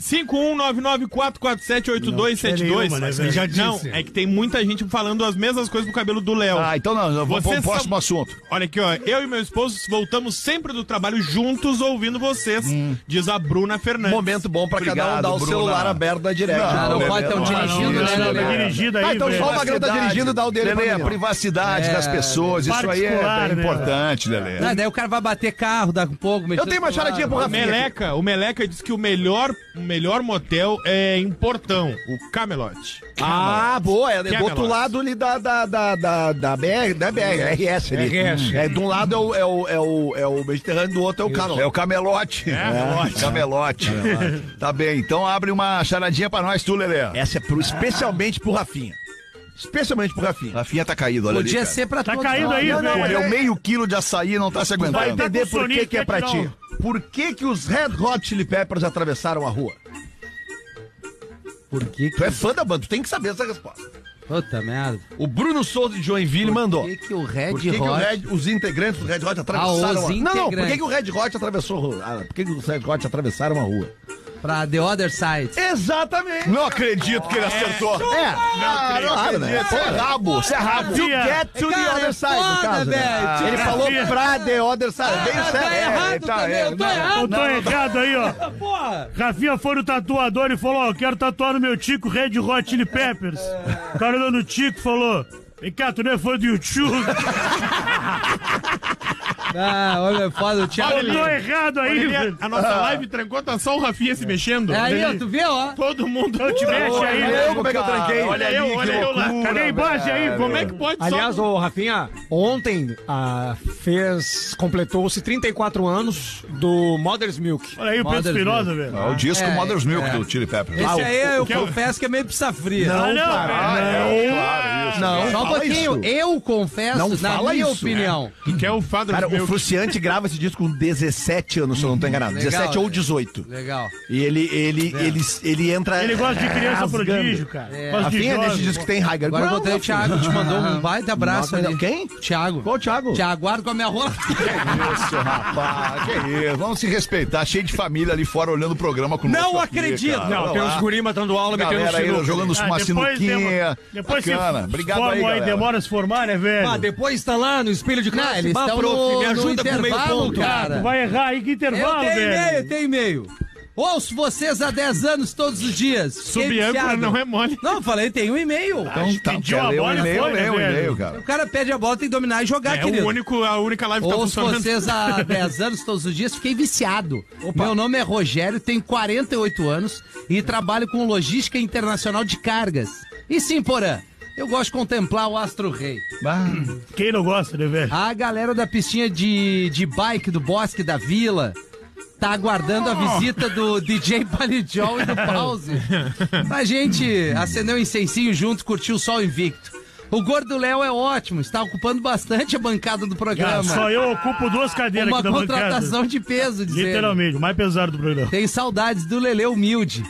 Speaker 7: 51994478272.
Speaker 4: Não,
Speaker 7: Mas
Speaker 4: ele
Speaker 7: já disse. Não, é que tem muita gente falando as mesmas coisas do cabelo do Léo.
Speaker 1: Ah, então não, não vamos
Speaker 7: Você
Speaker 1: para o
Speaker 7: sabe-
Speaker 1: próximo assunto.
Speaker 7: Olha aqui, ó. Eu e meu esposo voltamos sempre do trabalho juntos ouvindo vocês,
Speaker 9: Hum.
Speaker 7: diz a Bruna Fernandes.
Speaker 3: Momento bom pra cada um
Speaker 1: Obrigado,
Speaker 3: dar o
Speaker 1: Bruna.
Speaker 3: celular aberto da direct.
Speaker 5: Ah, não
Speaker 3: é
Speaker 5: pode ter um
Speaker 4: Ah, não, não,
Speaker 5: dirigindo, né,
Speaker 4: não, tá
Speaker 5: Lelê?
Speaker 4: dirigindo
Speaker 1: É
Speaker 4: aí,
Speaker 3: Ah, então
Speaker 4: velho.
Speaker 3: só uma- Magrão tá
Speaker 1: Privacidade.
Speaker 3: dirigindo, dá o dele
Speaker 1: Lelê,
Speaker 3: pra
Speaker 1: a
Speaker 3: mim, ó. É,
Speaker 1: privacidade das pessoas, isso aí é,
Speaker 4: particular,
Speaker 1: é
Speaker 4: né?
Speaker 1: importante, Lelê.
Speaker 5: Não, daí o cara vai bater carro, dá um pouco. ah, mexer
Speaker 3: Eu tenho uma
Speaker 5: no celular.
Speaker 3: charadinha pro
Speaker 7: O
Speaker 3: Rafinha.
Speaker 7: Meleca, o Meleca diz que o melhor, o melhor motel é em Portão, o Camelot.
Speaker 3: Ah, boa. É,
Speaker 7: Que é
Speaker 3: do outro
Speaker 7: Veloz?
Speaker 3: lado ali da, da, da, da, da BR, da BR, RS ali.
Speaker 9: RS.
Speaker 3: É, de um lado é o, é o, é o, é o Mediterrâneo, do outro é o Canal.
Speaker 1: É o camelote. É, camelote. Tá bem, então abre uma charadinha pra nós, tu, Lelê.
Speaker 3: Essa é pro, especialmente pro Rafinha. Especialmente pro Rafinha.
Speaker 1: Rafinha tá caído, olha
Speaker 5: Podia
Speaker 1: ali.
Speaker 5: ser pra
Speaker 4: Tá
Speaker 5: todos
Speaker 4: caindo
Speaker 5: nós.
Speaker 4: aí,
Speaker 5: né?
Speaker 3: não,
Speaker 4: velho.
Speaker 3: mas
Speaker 1: Deu meio quilo de açaí e não tá se
Speaker 3: Vai
Speaker 1: aguentando.
Speaker 3: entender
Speaker 4: com
Speaker 3: por que,
Speaker 4: soninho,
Speaker 3: que é
Speaker 4: quer
Speaker 3: pra
Speaker 4: tirar
Speaker 3: ti. Por que que os Red Hot Chili Peppers atravessaram a rua?
Speaker 5: Por que que...
Speaker 3: Tu é fã da banda, tu tem que saber essa resposta.
Speaker 5: Puta merda.
Speaker 3: O Bruno Souza de Joinville mandou.
Speaker 5: Por que que o Red
Speaker 3: Por que, que o
Speaker 5: Hot...
Speaker 3: Red- os integrantes do Red Hot
Speaker 5: Ah,
Speaker 3: atravessaram
Speaker 5: os
Speaker 3: a rua? Não, não, por que,
Speaker 5: integrantes.
Speaker 3: que o Red Hot atravessou a rua? Ah, por que, que os Red Hot atravessaram a rua?
Speaker 5: Pra The Other Side.
Speaker 3: Exatamente!
Speaker 1: Não acredito que ele acertou.
Speaker 3: É,
Speaker 1: Ah, não acredito. Isso
Speaker 3: né?
Speaker 1: é rabo, isso é rabo.
Speaker 3: to
Speaker 4: Fia.
Speaker 3: get to
Speaker 5: Cara,
Speaker 3: the
Speaker 5: é
Speaker 3: other side, no
Speaker 5: foda,
Speaker 3: caso. né?
Speaker 5: velho. Tipo,
Speaker 3: Ele falou
Speaker 4: Fia.
Speaker 3: pra the other side. Veio
Speaker 5: Ah,
Speaker 3: certo.
Speaker 5: tá errado
Speaker 1: tá,
Speaker 5: também,
Speaker 1: é,
Speaker 5: eu tô
Speaker 1: não.
Speaker 5: errado.
Speaker 4: Eu tô errado aí, ó.
Speaker 5: Porra.
Speaker 4: Rafinha foi no tatuador e falou, ó, eu quero tatuar no meu tico Red Hot Chili Peppers. O cara olhou no tico e falou, vem cá, tu não é fã do YouTube?
Speaker 5: Ah, olha, foda, o Thiago.
Speaker 4: Eu tô errado aí,
Speaker 7: Orelha,
Speaker 4: velho.
Speaker 7: a nossa live trancou, tá só o Rafinha
Speaker 9: É.
Speaker 7: se mexendo.
Speaker 5: Aí, ó, É, tu vê, ó.
Speaker 7: Todo mundo.
Speaker 4: Não te mexe aí,
Speaker 3: Eu,
Speaker 4: velho.
Speaker 3: como é que eu tranquei?
Speaker 7: Olha eu, olha eu lá.
Speaker 4: Cadê a imagem aí,
Speaker 7: Como é que pode
Speaker 9: Aliás,
Speaker 7: só...
Speaker 9: o Rafinha, ontem ah, fez, completou-se 34 anos do Mother's Milk.
Speaker 4: Olha aí o Pedro
Speaker 5: Mother's
Speaker 4: Espinosa, velho.
Speaker 1: É o disco
Speaker 5: É,
Speaker 1: Mother's Milk do Chili Peppers.
Speaker 5: Esse aí eu
Speaker 4: que é o-
Speaker 5: confesso que é meio pizza fria.
Speaker 4: Ah, não,
Speaker 1: é,
Speaker 4: velho.
Speaker 1: claro, isso.
Speaker 5: Não, só um
Speaker 3: fala
Speaker 5: pouquinho.
Speaker 3: isso.
Speaker 5: Eu confesso,
Speaker 3: Não
Speaker 5: na
Speaker 3: fala
Speaker 5: minha
Speaker 3: isso.
Speaker 5: opinião.
Speaker 7: Tu um quer o Father
Speaker 3: Cara, o
Speaker 7: Milk?
Speaker 3: Fruciante grava esse disco com 17 anos, se eu não tô enganado.
Speaker 5: Legal,
Speaker 3: 17 ou
Speaker 5: né?
Speaker 3: 18.
Speaker 5: Legal.
Speaker 3: E ele, ele, ele, ele entra.
Speaker 4: Ele gosta de criança
Speaker 3: rasgando.
Speaker 4: prodígio, cara.
Speaker 5: É.
Speaker 4: Gosta de
Speaker 3: Rafinha, nesse
Speaker 4: jovem.
Speaker 3: disco tem Higher
Speaker 5: Agora eu
Speaker 3: Ground,
Speaker 5: botei o
Speaker 3: Rafinha.
Speaker 5: Thiago, te mandou um baita abraço
Speaker 3: Não,
Speaker 5: ali.
Speaker 3: Quem?
Speaker 5: Thiago.
Speaker 3: Qual o Thiago?
Speaker 5: Te aguardo com a minha rola.
Speaker 1: Isso, rapaz. Que isso. Vamos se respeitar. Cheio de família ali fora olhando o programa com
Speaker 9: Não acredito! Não, tem uns guri matando aula, metendo
Speaker 1: Galera aí,
Speaker 9: sinuca.
Speaker 1: jogando
Speaker 4: Ah,
Speaker 1: uma
Speaker 4: depois
Speaker 1: sinuquinha.
Speaker 4: demo- depois se
Speaker 1: Bacana. Obrigado aí,
Speaker 4: formam aí,
Speaker 1: galera.
Speaker 4: demora a se formar, né, velho?
Speaker 9: Ah, depois tá lá no espelho de
Speaker 5: Não,
Speaker 9: classe.
Speaker 5: eles
Speaker 9: Bah,
Speaker 5: estão
Speaker 9: prof,
Speaker 5: no,
Speaker 9: me
Speaker 5: no
Speaker 9: ajuda com meio
Speaker 5: intervalo,
Speaker 9: ponto.
Speaker 5: cara.
Speaker 4: Tu vai errar aí, que
Speaker 5: Eu
Speaker 4: intervalo,
Speaker 5: tenho
Speaker 4: velho.
Speaker 5: e-mail, tem e-mail. Ouço vocês há 10 anos todos os dias. Fiquei
Speaker 7: Sub-âncora
Speaker 5: viciado.
Speaker 7: não é Ah. mole.
Speaker 5: Não, eu falei, tem um e-mail.
Speaker 3: Então,
Speaker 1: Tá,
Speaker 4: Pediu
Speaker 1: quer
Speaker 4: a
Speaker 1: ler o
Speaker 4: bola e
Speaker 1: e-mail,
Speaker 4: foi, né,
Speaker 1: lê o
Speaker 4: velho?
Speaker 1: e-mail, cara.
Speaker 5: O cara pede a bola, tem que dominar e jogar,
Speaker 7: É
Speaker 5: querido.
Speaker 7: o único, a única live que tá
Speaker 5: Ouço
Speaker 7: funcionando.
Speaker 5: vocês há 10 anos todos os dias, fiquei viciado. Meu nome é Rogério, tenho 48 anos e trabalho com logística internacional de cargas. E sim, Porã, eu gosto de contemplar o Astro Rei.
Speaker 4: Quem não gosta, né, velho?
Speaker 5: A galera da pistinha de, de bike do Bosque da Vila tá aguardando a
Speaker 7: Oh.
Speaker 5: visita do DJ Palijol e do Pause. Pra gente acender um incensinho junto, curtir o sol invicto. O Gordo Léo é ótimo, está ocupando bastante a bancada do
Speaker 4: Ah,
Speaker 5: programa.
Speaker 4: Só eu ocupo duas cadeiras
Speaker 5: Uma
Speaker 4: aqui da bancada.
Speaker 5: contratação de peso, diz ele.
Speaker 4: Literalmente, o mais pesado do programa.
Speaker 5: Tem saudades do Lele Humilde.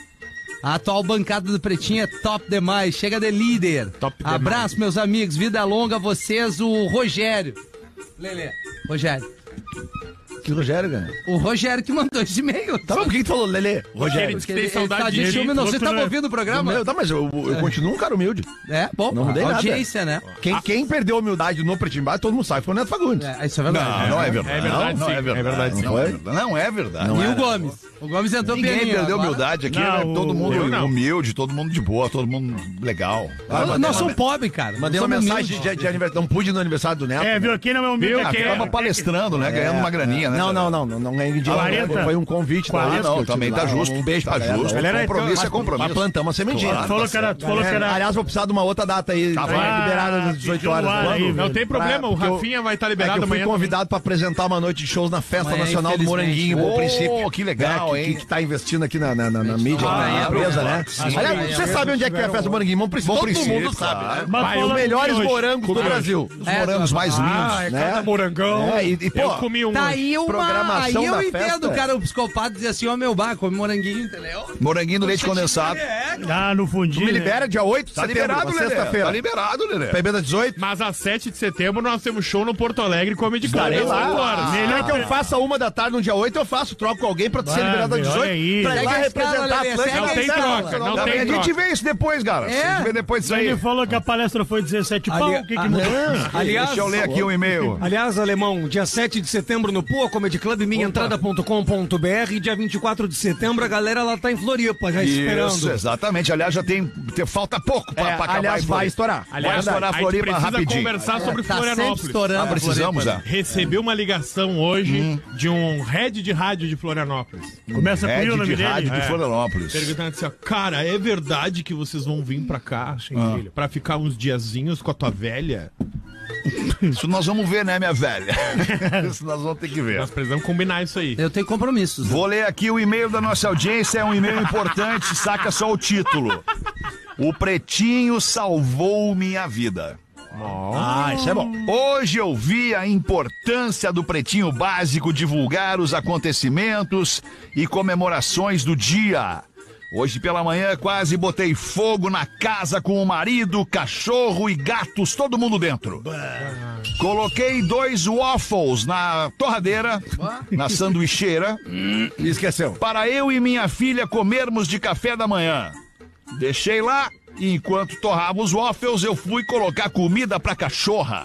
Speaker 5: A atual bancada do Pretinho é top demais. Chega de líder.
Speaker 7: Top demais.
Speaker 5: Abraço, meus amigos. Vida longa a vocês, o Rogério. Lele, Rogério.
Speaker 3: Que Rogério, cara.
Speaker 5: O Rogério que mandou esse e-mail.
Speaker 3: Tá, mas por que que tu falou, Lelê? Rogério.
Speaker 7: Ele disse que
Speaker 5: Ele-
Speaker 7: tem
Speaker 5: ele tá
Speaker 7: saudade
Speaker 5: de
Speaker 7: de mim.
Speaker 5: ciúme, não.
Speaker 4: falou
Speaker 5: Você
Speaker 4: que
Speaker 5: tá
Speaker 4: tu não é-
Speaker 5: ouvindo o programa?
Speaker 3: Eu, tá, mas eu, eu continuo um cara humilde.
Speaker 5: É, bom.
Speaker 3: Não mudei nada.
Speaker 5: audiência, né?
Speaker 3: Quem,
Speaker 1: Ah.
Speaker 3: quem perdeu a humildade no Pretinho Básico, todo mundo sabe, foi o Neto Fagundes.
Speaker 5: É, isso é verdade.
Speaker 1: Não, não é verdade.
Speaker 7: É verdade,
Speaker 1: não,
Speaker 7: sim.
Speaker 1: é verdade.
Speaker 7: É verdade, sim.
Speaker 1: Não é verdade. Não é verdade.
Speaker 5: E o Gomes? O Gomes entrou
Speaker 1: Ninguém
Speaker 5: pianinho
Speaker 1: perdeu
Speaker 5: agora.
Speaker 1: humildade aqui,
Speaker 4: Não,
Speaker 1: né? todo
Speaker 4: o-
Speaker 7: eu
Speaker 1: mundo
Speaker 7: não.
Speaker 1: humilde, todo mundo de boa, todo mundo legal.
Speaker 5: Nós-
Speaker 1: Ah,
Speaker 5: Nós somos pobres, cara. Nós
Speaker 3: Mandei uma
Speaker 5: somos
Speaker 3: mensagem de, de aniversário. Não pude ir no aniversário do Neto.
Speaker 4: É,
Speaker 3: né?
Speaker 4: viu? Aqui não é humilde,
Speaker 1: ah,
Speaker 4: aqui
Speaker 1: ficava
Speaker 4: é...
Speaker 1: palestrando, né? Ganhando uma graninha, né?
Speaker 3: Não, não, não, não, não
Speaker 2: é
Speaker 3: ganhei dinheiro.
Speaker 4: 40?
Speaker 3: Foi um convite. da
Speaker 1: Ah,
Speaker 3: Alice que
Speaker 1: não,
Speaker 3: eu
Speaker 1: também
Speaker 3: tive
Speaker 1: tá
Speaker 3: lá.
Speaker 1: justo.
Speaker 3: Um beijo pra
Speaker 1: tá
Speaker 3: galera.
Speaker 1: justo.
Speaker 7: Galera,
Speaker 1: compromisso
Speaker 7: então,
Speaker 1: é compromisso.
Speaker 3: Mas plantamos a sementinha.
Speaker 1: Claro.
Speaker 4: Tu falou que era... Tu falou que
Speaker 3: É,
Speaker 4: era...
Speaker 3: aliás, vou precisar de uma outra data aí.
Speaker 1: Tá bom.
Speaker 3: vai liberada às 18 horas.
Speaker 4: Ah, pediu no ar aí,
Speaker 7: Não
Speaker 4: velho.
Speaker 7: tem problema,
Speaker 3: Pra-
Speaker 7: o
Speaker 3: porque eu-
Speaker 7: Rafinha vai estar
Speaker 3: É que
Speaker 7: liberado
Speaker 3: eu fui
Speaker 7: amanhã. né,
Speaker 3: convidado para apresentar uma noite de shows na Festa
Speaker 5: Amanhã,
Speaker 3: Nacional do
Speaker 5: infelizmente.
Speaker 3: Moranguinho,
Speaker 5: Oh,
Speaker 3: Bom Princípio.
Speaker 1: que legal,
Speaker 3: né, que-
Speaker 1: hein?
Speaker 3: Que, está investindo aqui na, na, na- na mídia, na
Speaker 5: amanhã,
Speaker 3: empresa,
Speaker 5: amanhã.
Speaker 3: né?
Speaker 5: Sim.
Speaker 3: Aliás, você
Speaker 5: Amanhã.
Speaker 3: sabe onde é que é a Festa do Moranguinho? Bom Princípio. Todo mundo sabe, né?
Speaker 4: Mas
Speaker 7: Vai,
Speaker 4: falando
Speaker 3: Os melhores
Speaker 4: de hoje.
Speaker 3: morangos do Brasil.
Speaker 1: Os
Speaker 5: É,
Speaker 1: morangos mais lindos,
Speaker 9: Ah, é cada
Speaker 1: né?
Speaker 9: morangão.
Speaker 3: É, e, e, pô,
Speaker 7: então Eu comi um.
Speaker 5: Tá aí uma... Aí
Speaker 3: Programação
Speaker 5: eu
Speaker 3: da
Speaker 5: entendo,
Speaker 3: festa.
Speaker 5: cara, o psicopata dizer assim, ó, meu bar, come moranguinho, entendeu?
Speaker 1: Moranguinho do leite condensado.
Speaker 4: Ah, no
Speaker 3: tu
Speaker 4: fundinho,
Speaker 3: me
Speaker 4: né?
Speaker 3: libera dia 8 de
Speaker 1: Tá
Speaker 3: setembro,
Speaker 1: liberado,
Speaker 3: uma
Speaker 1: Lelê. Tá
Speaker 3: sexta-feira.
Speaker 1: liberado, Lelê.
Speaker 3: PB da 18.
Speaker 7: Mas às 7 um de setembro nós temos show no Porto Alegre Comedy
Speaker 4: Tá
Speaker 7: Club.
Speaker 3: Estarei
Speaker 7: às
Speaker 3: lá.
Speaker 7: oito horas.
Speaker 3: Se quer que eu faça uma da tarde no dia 8, eu faço. Troco com alguém pra tu ser
Speaker 4: Ah,
Speaker 3: liberado às
Speaker 4: meu,
Speaker 3: 18.
Speaker 4: olha aí.
Speaker 3: Pra ir
Speaker 5: Segue
Speaker 3: lá
Speaker 5: a escala,
Speaker 3: representar a
Speaker 5: Lelê,
Speaker 3: Atlântica.
Speaker 5: segue
Speaker 7: Não
Speaker 5: a
Speaker 7: tem
Speaker 5: escala.
Speaker 7: troca, não
Speaker 1: Tá bem,
Speaker 7: tem
Speaker 1: a
Speaker 7: troca.
Speaker 1: gente vê isso depois, cara.
Speaker 5: É.
Speaker 1: A gente vê depois disso aí.
Speaker 4: Ele falou que a palestra foi 17 pau, o que que mudou?
Speaker 3: é,
Speaker 9: Aliás,
Speaker 1: Deixa eu ler
Speaker 3: um
Speaker 1: aqui o e-mail.
Speaker 9: Aliás, alemão, dia 7 de setembro no Poa Comedy Club, minhaentrada.com.br e dia 24 de setembro a galera lá tá em Floripa, já
Speaker 1: Isso,
Speaker 9: esperando.
Speaker 1: exatamente. Aliás, já tem, tem- falta pouco pra, pra
Speaker 3: É,
Speaker 1: acabar.
Speaker 3: aliás,
Speaker 1: isso
Speaker 3: vai
Speaker 1: aí.
Speaker 3: estourar.
Speaker 7: Aliás,
Speaker 1: vai estourar a
Speaker 7: a gente
Speaker 1: Floripa
Speaker 7: precisa
Speaker 1: rapidinho.
Speaker 7: conversar sobre
Speaker 5: Tá sempre
Speaker 7: Florianópolis.
Speaker 5: estourando.
Speaker 1: Ah,
Speaker 5: a
Speaker 1: precisamos,
Speaker 5: Floripa, né?
Speaker 1: é.
Speaker 7: Recebi uma ligação hoje de um head de rádio de Florianópolis.
Speaker 4: Começa com
Speaker 1: Red
Speaker 4: o
Speaker 1: é. de
Speaker 4: nome dele.
Speaker 1: rádio de
Speaker 7: É.
Speaker 1: Florianópolis.
Speaker 7: Perguntando assim, ó, cara, é verdade que vocês vão vir pra cá,
Speaker 9: Ah,
Speaker 7: Gentilho, pra ficar uns diazinhos com a tua velha?
Speaker 1: Isso nós vamos ver, né, minha velha? Isso nós vamos ter que ver.
Speaker 7: Nós precisamos combinar isso aí.
Speaker 5: Eu tenho compromissos.
Speaker 1: Vou ler aqui o e-mail da nossa audiência, é um e-mail importante, saca só o título. O Pretinho salvou minha vida.
Speaker 3: Ah, isso é bom.
Speaker 1: Hoje eu vi a importância do Pretinho Básico divulgar os acontecimentos e comemorações do dia. Hoje pela manhã quase botei fogo na casa com o marido, cachorro e gatos, todo mundo dentro. Coloquei dois waffles na torradeira, na sanduicheira,
Speaker 3: Hum. E esqueceu.
Speaker 1: para eu e minha filha comermos de café da manhã. Deixei lá e enquanto torrava os waffles, eu fui colocar comida pra cachorra.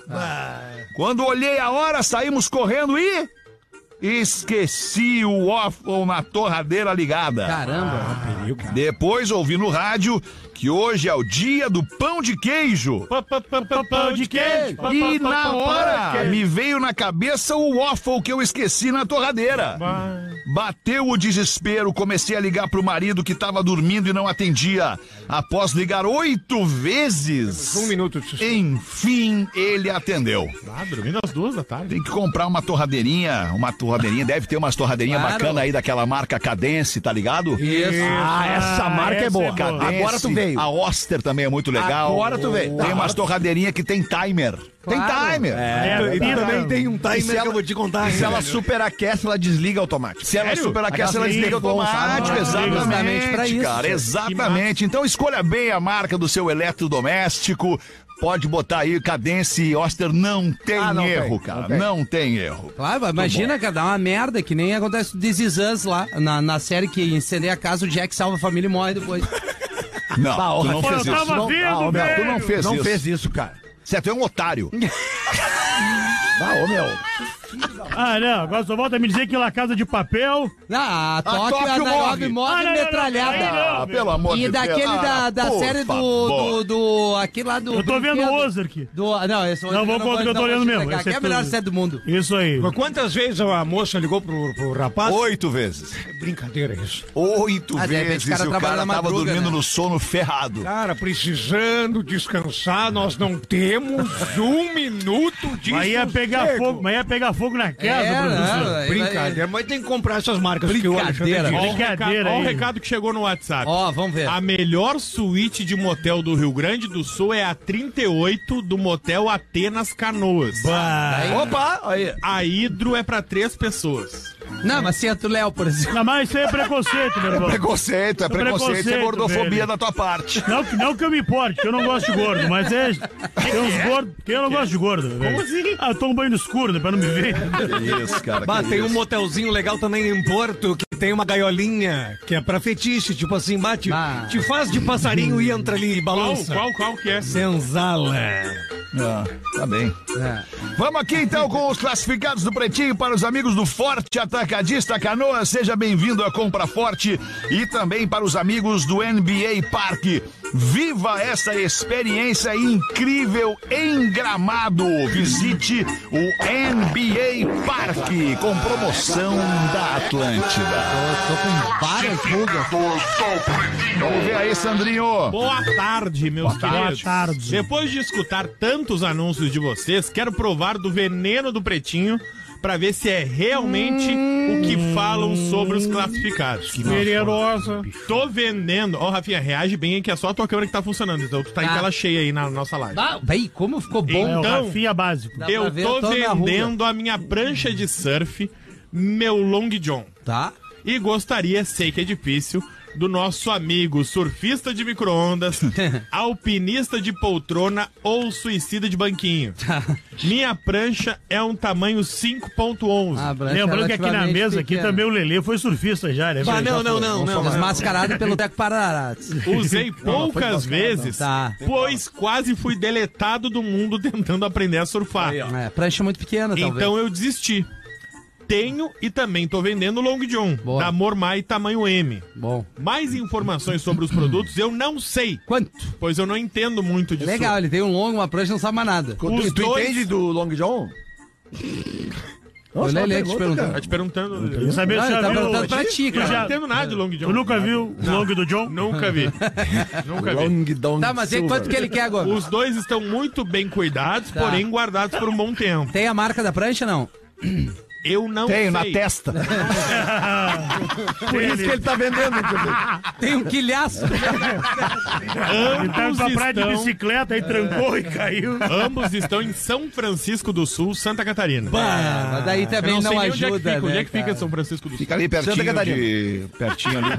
Speaker 1: Quando olhei a hora, saímos correndo e Esqueci o waffle na torradeira ligada.
Speaker 3: Tá.
Speaker 5: Caramba.
Speaker 1: Depois ouvi no rádio que hoje é o dia do pão de queijo.
Speaker 7: Pão de queijo.
Speaker 1: E
Speaker 7: tá,
Speaker 1: na hora me veio na cabeça o waffle que eu esqueci na torradeira. Bateu o desespero, comecei a ligar pro marido que tava dormindo e não atendia. Após ligar oito vezes,
Speaker 9: Um minuto de suspense.
Speaker 1: enfim ele atendeu.
Speaker 7: Ah, dormindo às duas da tarde.
Speaker 1: Tem que comprar uma torradeirinha, uma torradeirinha, deve ter umas torradeirinhas
Speaker 5: Claro.
Speaker 1: bacanas aí daquela marca Cadence, tá ligado?
Speaker 5: Isso.
Speaker 3: Ah, essa marca é boa.
Speaker 1: Cadence,
Speaker 3: Agora tu veio.
Speaker 1: A Oster também é muito legal.
Speaker 3: Agora tu veio. Tá.
Speaker 1: Tem umas torradeirinhas que tem timer. Tem
Speaker 5: Claro.
Speaker 1: timer.
Speaker 4: É, pira,
Speaker 3: Também tem um E se timer que ela- eu vou te contar. Se ela superaquece, ela desliga automático.
Speaker 1: Se é ela superaquece, ela desliga automático.
Speaker 4: Ah,
Speaker 1: Exatamente,
Speaker 5: justamente pra isso.
Speaker 1: cara. Exatamente. Então escolha bem a marca do seu eletrodoméstico. Pode botar aí Cadence e Oster. Não tem
Speaker 3: Ah, não
Speaker 1: erro,
Speaker 3: tem,
Speaker 1: cara.
Speaker 3: não tem.
Speaker 1: não tem erro.
Speaker 5: Claro, imagina, cara, dá uma merda que nem acontece no This Is Us lá, na, na série que incendeia a casa, o Jack salva a família e morre depois.
Speaker 3: Tá
Speaker 1: Não, tu não
Speaker 4: Pô,
Speaker 1: fez
Speaker 4: eu
Speaker 1: isso.
Speaker 4: tava
Speaker 1: Não-
Speaker 4: vendo,
Speaker 1: Ah, ô, meu, tu não
Speaker 4: velho.
Speaker 1: fez
Speaker 3: Não
Speaker 1: isso.
Speaker 3: fez isso, cara.
Speaker 1: Certo, é um otário.
Speaker 3: Ah, ô meu.
Speaker 4: Ah, não, agora só volta a me dizer que La Casa de Papel.
Speaker 5: Ah, a Tóquio,
Speaker 1: Tóquio
Speaker 5: a
Speaker 1: morre.
Speaker 5: Nairobi morre
Speaker 4: Ah, não, não, não,
Speaker 5: metralhada.
Speaker 4: aí não.
Speaker 1: Ah, pelo amor
Speaker 5: E
Speaker 1: de Deus.
Speaker 5: daquele da,
Speaker 1: Ah,
Speaker 5: da
Speaker 1: por
Speaker 5: série
Speaker 3: tá
Speaker 5: do,
Speaker 1: favor.
Speaker 5: do, do. Aquele lá do.
Speaker 4: Eu tô vendo
Speaker 5: brinquedo.
Speaker 4: o Ozark.
Speaker 5: Do, ah, não, esse
Speaker 4: Não, vou
Speaker 5: contar
Speaker 4: contar que eu tô olhando mesmo. Esse
Speaker 5: Que é
Speaker 4: é
Speaker 5: a melhor
Speaker 4: tudo.
Speaker 5: série do mundo.
Speaker 4: Isso aí.
Speaker 9: Mas quantas vezes a moça ligou pro, pro rapaz?
Speaker 1: Oito vezes.
Speaker 9: Brincadeira é isso.
Speaker 1: Oito
Speaker 5: Ah, de repente
Speaker 1: vezes.
Speaker 5: o cara
Speaker 1: e o
Speaker 5: trabalha
Speaker 1: cara
Speaker 5: na
Speaker 1: tava
Speaker 5: madruga,
Speaker 1: dormindo
Speaker 5: né?
Speaker 1: no sono ferrado.
Speaker 9: Cara, precisando descansar, nós não temos um minuto de
Speaker 4: Mas ia pegar
Speaker 9: sossego.
Speaker 4: fogo, mas ia pegar fogo na casa,
Speaker 5: É,
Speaker 4: professor.
Speaker 5: não,
Speaker 9: Brincadeira, mas tem que comprar essas marcas que o é Alexandre
Speaker 5: Brincadeira.
Speaker 9: disse.
Speaker 7: Olha o
Speaker 4: Brincadeira
Speaker 7: recado, ó o
Speaker 4: aí.
Speaker 7: recado que chegou no WhatsApp.
Speaker 5: Ó, vamos ver.
Speaker 7: A melhor suíte de motel do Rio Grande do Sul é a 38 do motel Atenas Canoas.
Speaker 4: Bah.
Speaker 3: Opa, aí.
Speaker 7: A Hidro é pra três pessoas.
Speaker 5: Não, mas senta o Léo, por exemplo.
Speaker 4: Não, mas isso aí é preconceito, meu irmão.
Speaker 1: Preconceito, é preconceito, é
Speaker 4: Preconceito,
Speaker 1: gordofobia
Speaker 4: velho.
Speaker 1: da tua parte.
Speaker 4: Não, que- não que eu me importe, que eu não gosto de gordo, mas é. Tem uns gordos. que Eu não gosto de gordo, velho. Como assim? Ah, eu tomo banho no escuro, né, pra não me ver.
Speaker 1: Isso, cara.
Speaker 8: Bah, tem um motelzinho legal também em Porto que tem uma gaiolinha que é pra fetiche, tipo assim, bate,
Speaker 5: Ah.
Speaker 8: te faz de passarinho e entra ali e
Speaker 7: Qual,
Speaker 8: balança.
Speaker 7: qual, qual que é?
Speaker 1: É,
Speaker 8: Senzala.
Speaker 1: tá bem. Vamos aqui então com os classificados do Pretinho para os amigos do Forte Atacadista Canoa. Seja bem-vindo à Compra Forte e também para os amigos do NBA Parque. Viva essa experiência incrível em Gramado. Visite o NBA Parque com promoção da Atlântida.
Speaker 5: Várias fugas.
Speaker 1: Vamos ver aí, Sandrinho.
Speaker 7: Boa tarde, meus queridos.
Speaker 4: Boa tarde.
Speaker 7: Depois de escutar tantos anúncios de vocês, quero provar do veneno do pretinho pra ver se é realmente o que falam sobre os classificados.
Speaker 4: Pereirosa.
Speaker 7: Tô vendendo. Ó, Rafinha, reage bem aí que é só a tua câmera que tá funcionando. Então tu tá em
Speaker 5: Tá.
Speaker 7: tela cheia aí na nossa live.
Speaker 5: Ah, véi, como ficou bom.
Speaker 4: É o
Speaker 7: Então-
Speaker 4: Rafinha básico.
Speaker 5: Dá pra
Speaker 7: Eu
Speaker 5: ver
Speaker 7: tô
Speaker 5: toda a ruga.
Speaker 7: vendendo a minha prancha de surf, meu long john.
Speaker 5: Tá?
Speaker 7: E gostaria, sei que é difícil, do nosso amigo surfista de micro-ondas, alpinista de poltrona ou suicida de banquinho.
Speaker 5: Ah.
Speaker 7: Minha prancha é um tamanho 5.11.
Speaker 5: Ah, Branca,
Speaker 4: Lembrando que aqui na
Speaker 5: relativamente
Speaker 4: mesa aqui
Speaker 5: pequena.
Speaker 4: também o Lelê foi surfista já, né?
Speaker 8: Bah,
Speaker 4: velho?
Speaker 8: Ah, não, não, não, não.
Speaker 5: Desmascarado pelo Deco Pararates.
Speaker 7: Usei poucas vezes,
Speaker 5: Tá.
Speaker 7: pois quase fui deletado do mundo tentando aprender a surfar.
Speaker 5: É, prancha muito pequena, talvez.
Speaker 7: Então eu desisti. Tenho e também tô vendendo Long John,
Speaker 5: Boa.
Speaker 7: da Mormai tamanho M.
Speaker 5: Bom.
Speaker 7: Mais informações sobre os produtos eu não sei,
Speaker 5: Quanto?
Speaker 7: pois eu não entendo muito disso.
Speaker 5: Legal, ele tem um longo, uma prancha, não sabe mais nada.
Speaker 7: Os
Speaker 3: Tu, tu
Speaker 7: dois-
Speaker 3: entende do Long John?
Speaker 5: Foi o Lelê que
Speaker 3: pergunta,
Speaker 5: te perguntou.
Speaker 7: Tá te perguntando.
Speaker 4: Eu
Speaker 7: Eu
Speaker 4: sabia
Speaker 5: Não,
Speaker 4: que
Speaker 5: ele
Speaker 4: já
Speaker 5: tá
Speaker 4: viu.
Speaker 5: perguntando pra ti,
Speaker 4: Eu
Speaker 5: cara.
Speaker 7: não
Speaker 4: já-
Speaker 7: entendo nada de Long John.
Speaker 4: Tu nunca viu o long do John?
Speaker 7: Nunca vi. nunca vi.
Speaker 3: Long John
Speaker 5: Tá, mas e
Speaker 3: Silver.
Speaker 5: quanto que ele quer agora?
Speaker 7: Os dois estão muito bem cuidados,
Speaker 5: Tá.
Speaker 7: porém guardados por um bom tempo.
Speaker 5: Tem a marca da prancha, não?
Speaker 7: Eu não sei.
Speaker 1: Tenho na testa.
Speaker 3: Por isso que ele tá vendendo, inclusive.
Speaker 5: Tem um quilhaço.
Speaker 4: Ele tava
Speaker 7: Ambos
Speaker 4: Então, pra praia de
Speaker 7: estão,
Speaker 4: bicicleta, aí trancou e caiu.
Speaker 7: ambos estão em São Francisco do Sul, Santa Catarina.
Speaker 5: Ah, mas daí
Speaker 7: Eu sei
Speaker 5: também não
Speaker 7: nem onde é que
Speaker 5: ajuda,
Speaker 7: fica. Onde é que
Speaker 5: né,
Speaker 7: fica
Speaker 5: cara?
Speaker 7: São Francisco do Sul?
Speaker 1: Fica ali pertinho de... Pertinho ali de...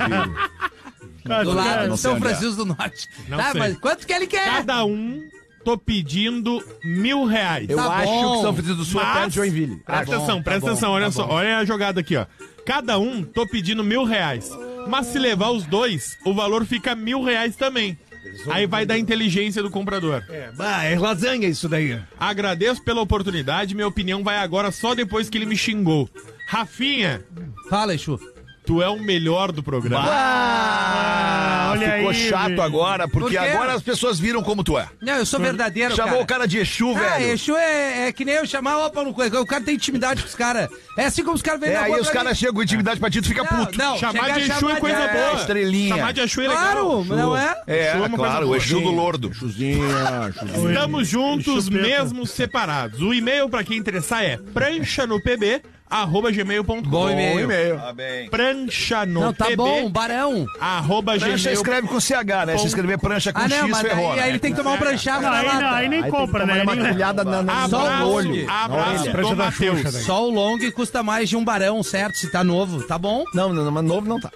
Speaker 4: Mas,
Speaker 5: Do
Speaker 4: cara,
Speaker 5: lado
Speaker 1: não
Speaker 5: de
Speaker 1: sei
Speaker 5: São
Speaker 1: onde é.
Speaker 5: Francisco do Norte.
Speaker 7: Não
Speaker 5: tá,
Speaker 7: sei.
Speaker 5: mas quanto que ele quer? Tá
Speaker 7: Cada um, tô pedindo mil reais.
Speaker 3: Eu
Speaker 5: Tá
Speaker 3: acho
Speaker 5: bom.
Speaker 3: que São Francisco do Sul é perto
Speaker 7: Mas-
Speaker 3: de Joinville.
Speaker 7: Presta
Speaker 5: bom,
Speaker 7: atenção,
Speaker 5: tá
Speaker 7: presta
Speaker 5: bom,
Speaker 7: atenção, olha
Speaker 5: tá
Speaker 7: só,
Speaker 5: bom.
Speaker 7: olha a jogada aqui, ó. Cada um, tô pedindo mil reais. Mas se levar os dois, o valor fica mil reais também. Aí vai da inteligência do comprador.
Speaker 8: Bah, é lasanha isso daí.
Speaker 7: Agradeço pela oportunidade, minha opinião vai agora só depois que ele me xingou. Rafinha,
Speaker 5: Fala, Exu.
Speaker 7: tu é o melhor do programa.
Speaker 4: Olha
Speaker 1: Ficou
Speaker 4: aí,
Speaker 1: chato
Speaker 4: velho.
Speaker 1: agora, porque
Speaker 5: Por quê?
Speaker 1: agora as pessoas viram como tu é.
Speaker 5: Não, eu sou verdadeiro,
Speaker 1: Chamou o
Speaker 5: cara.
Speaker 1: cara de Exu,
Speaker 5: Ah,
Speaker 1: velho.
Speaker 5: Exu é, é que nem eu chamar, ó, Paulo Coelho. O cara tem intimidade com os caras. É assim como os caras vêm
Speaker 1: É,
Speaker 5: na
Speaker 1: aí
Speaker 5: rua
Speaker 1: os
Speaker 5: pra
Speaker 1: caras
Speaker 5: mim.
Speaker 1: chegam com intimidade pra ti, tu fica
Speaker 5: Não,
Speaker 1: puto.
Speaker 5: não,
Speaker 7: Chamar
Speaker 5: chega
Speaker 7: de
Speaker 5: a
Speaker 7: Exu é coisa
Speaker 5: de-
Speaker 7: boa.
Speaker 1: estrelinha.
Speaker 7: Chamar de Exu é legal.
Speaker 5: Claro, não é?
Speaker 1: É,
Speaker 7: Exu é uma coisa
Speaker 1: claro, o
Speaker 7: boa.
Speaker 1: Exu do Lordo.
Speaker 7: Estamos juntos,
Speaker 4: Chupeta.
Speaker 7: mesmo separados. O e-mail pra quem interessar é pranchanopb@gmail.com.
Speaker 5: Bom e-mail.
Speaker 3: Tá
Speaker 7: Prancha no
Speaker 5: Não, tá
Speaker 7: pb,
Speaker 5: bom, barão.
Speaker 7: arroba
Speaker 1: Prancha
Speaker 7: gmail.
Speaker 1: escreve com CH, né? Se escrever prancha com
Speaker 5: Ah, não,
Speaker 1: X,
Speaker 5: mas
Speaker 1: ferrou.
Speaker 5: aí,
Speaker 1: né?
Speaker 5: aí ele tem que tomar um pranchado
Speaker 4: Não,
Speaker 5: na
Speaker 4: aí, não,
Speaker 5: lata.
Speaker 4: aí nem compra, né? Nem-
Speaker 5: Só o
Speaker 7: Abraço,
Speaker 5: olho.
Speaker 7: abraço
Speaker 9: Prancha
Speaker 7: do
Speaker 9: da Xuxa,
Speaker 7: Matheus.
Speaker 9: velho.
Speaker 5: Só o long custa mais de um barão, certo? Se tá novo, tá bom?
Speaker 3: Não, não, não, mas novo não tá.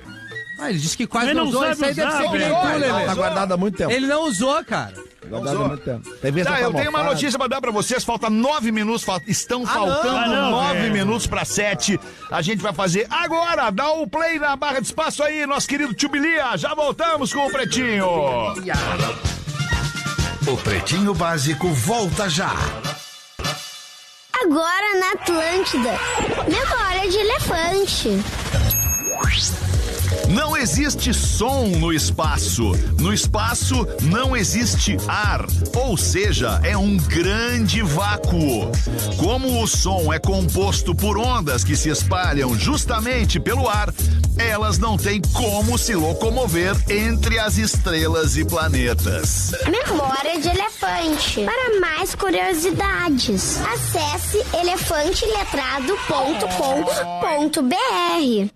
Speaker 5: Ah, ele disse que quase
Speaker 4: Ele
Speaker 5: não,
Speaker 4: não
Speaker 5: usou.
Speaker 4: sabe
Speaker 5: Isso aí deve
Speaker 4: usar,
Speaker 5: ser né? que nem
Speaker 4: velho.
Speaker 5: tu, Lelê.
Speaker 3: Tá guardado há muito tempo.
Speaker 5: Ele não usou, cara.
Speaker 3: Guardado há muito tempo. Tem vezes
Speaker 1: Tá,
Speaker 3: que
Speaker 1: eu tenho uma
Speaker 3: mofado.
Speaker 1: notícia pra dar pra vocês. Falta nove minutos. fal- Estão faltando
Speaker 4: Ah, não,
Speaker 1: nove
Speaker 4: velho.
Speaker 1: minutos pra sete. A gente vai fazer agora. Dá o play na barra de espaço aí, nosso querido Tchubilia. Já voltamos com o Pretinho.
Speaker 10: O Pretinho Básico volta já.
Speaker 11: Agora na Atlântida. Memória de elefante.
Speaker 1: Não existe som no espaço. No espaço não existe ar. Ou seja, é um grande vácuo. Como o som é composto por ondas que se espalham justamente pelo ar, elas não têm como se locomover entre as estrelas e planetas.
Speaker 11: Memória de elefante. Para mais curiosidades, acesse elefanteletrado.com.br.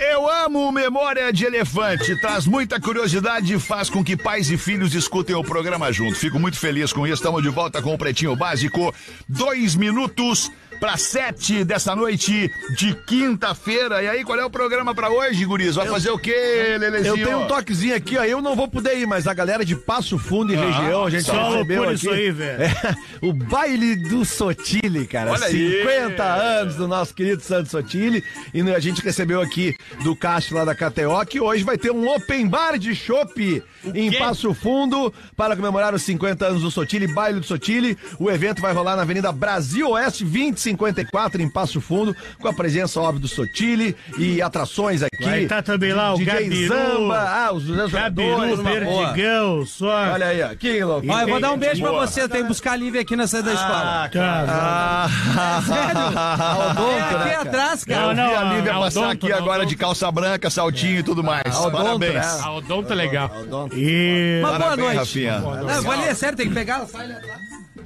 Speaker 1: Eu amo Memória de Elefante. Traz muita curiosidade e faz com que pais e filhos escutem o programa junto. Fico muito feliz com isso. Estamos de volta com o Pretinho Básico. Dois minutos para sete dessa noite de quinta-feira. E aí, qual é o programa para hoje, guris? Vai fazer o quê, Lelezinho?
Speaker 3: Eu tenho um toquezinho aqui, ó. Eu não vou poder ir, mas a galera de Passo Fundo e região, a gente
Speaker 4: só
Speaker 3: recebeu
Speaker 4: loucura
Speaker 3: aqui.
Speaker 4: isso aí, velho.
Speaker 3: É, o baile do Sotile, cara.
Speaker 1: Olha aí.
Speaker 3: 50 anos do nosso querido Santo Sotile. E no- a gente recebeu aqui do Cássio lá da KTO que hoje vai ter um open bar de chopp em Passo Fundo para comemorar os 50 anos do Sotile, baile do Sotile. O evento vai rolar na Avenida Brasil Oeste 2054 em Passo Fundo, com a presença óbvio do Sotile e atrações aqui.
Speaker 4: Vai tá também lá o
Speaker 3: DJ
Speaker 4: Gabiru.
Speaker 3: Zamba, ah, os
Speaker 4: Cabiru,
Speaker 3: jogadores, uma boa.
Speaker 4: Perdigão, só.
Speaker 3: Olha aí, ó. Que louco.
Speaker 5: Ó, eu vou dar um beijo pra
Speaker 1: boa.
Speaker 5: você. Eu tenho que buscar a Lívia aqui na saída da escola.
Speaker 4: Cara,
Speaker 3: Ah,
Speaker 5: É
Speaker 3: odonto,
Speaker 5: aqui
Speaker 3: né, cara?
Speaker 5: atrás,
Speaker 4: Não,
Speaker 5: cara.
Speaker 1: Vi a
Speaker 4: não,
Speaker 1: Lívia
Speaker 4: não,
Speaker 1: passar
Speaker 4: odonto,
Speaker 1: aqui
Speaker 4: não,
Speaker 1: agora
Speaker 4: odonto.
Speaker 1: de calça branca, saltinho e tudo mais.
Speaker 3: Ah, odonto,
Speaker 1: Parabéns.
Speaker 3: né?
Speaker 7: A Odonto é legal.
Speaker 4: E...
Speaker 5: Uma boa
Speaker 1: Parabéns,
Speaker 5: noite.
Speaker 1: Rafinha.
Speaker 8: Ah,
Speaker 5: Não, vale, é sério, tem que pegar ela, sai ali atrás.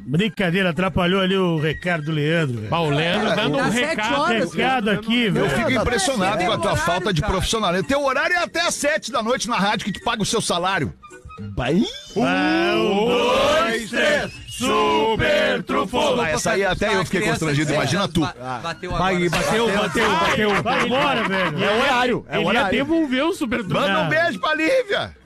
Speaker 4: Brincadeira, atrapalhou ali o recado do Leandro, velho. Tá
Speaker 7: Bah, o Leandro dando um
Speaker 5: Dá sete
Speaker 7: recado.
Speaker 5: horas.
Speaker 4: Recado aqui,
Speaker 1: Eu
Speaker 4: velho.
Speaker 1: fico impressionado
Speaker 5: tem
Speaker 1: com a tua
Speaker 5: horário,
Speaker 1: falta de
Speaker 5: cara.
Speaker 1: profissionalismo. Teu horário é até às sete da noite na rádio que te paga o seu salário.
Speaker 4: um, dois, três. Super trufou.
Speaker 1: Ah, essa aí até eu fiquei
Speaker 5: Criança,
Speaker 1: constrangido,
Speaker 5: é,
Speaker 1: imagina tu.
Speaker 5: ba- Bateu agora.
Speaker 9: Bateu, bateu,
Speaker 1: um
Speaker 9: bateu.
Speaker 4: Vai embora, velho.
Speaker 9: É horário, é
Speaker 7: Ele ia
Speaker 9: horário.
Speaker 7: devolver o Super
Speaker 1: Manda
Speaker 4: Ah.
Speaker 1: um beijo pra Lívia.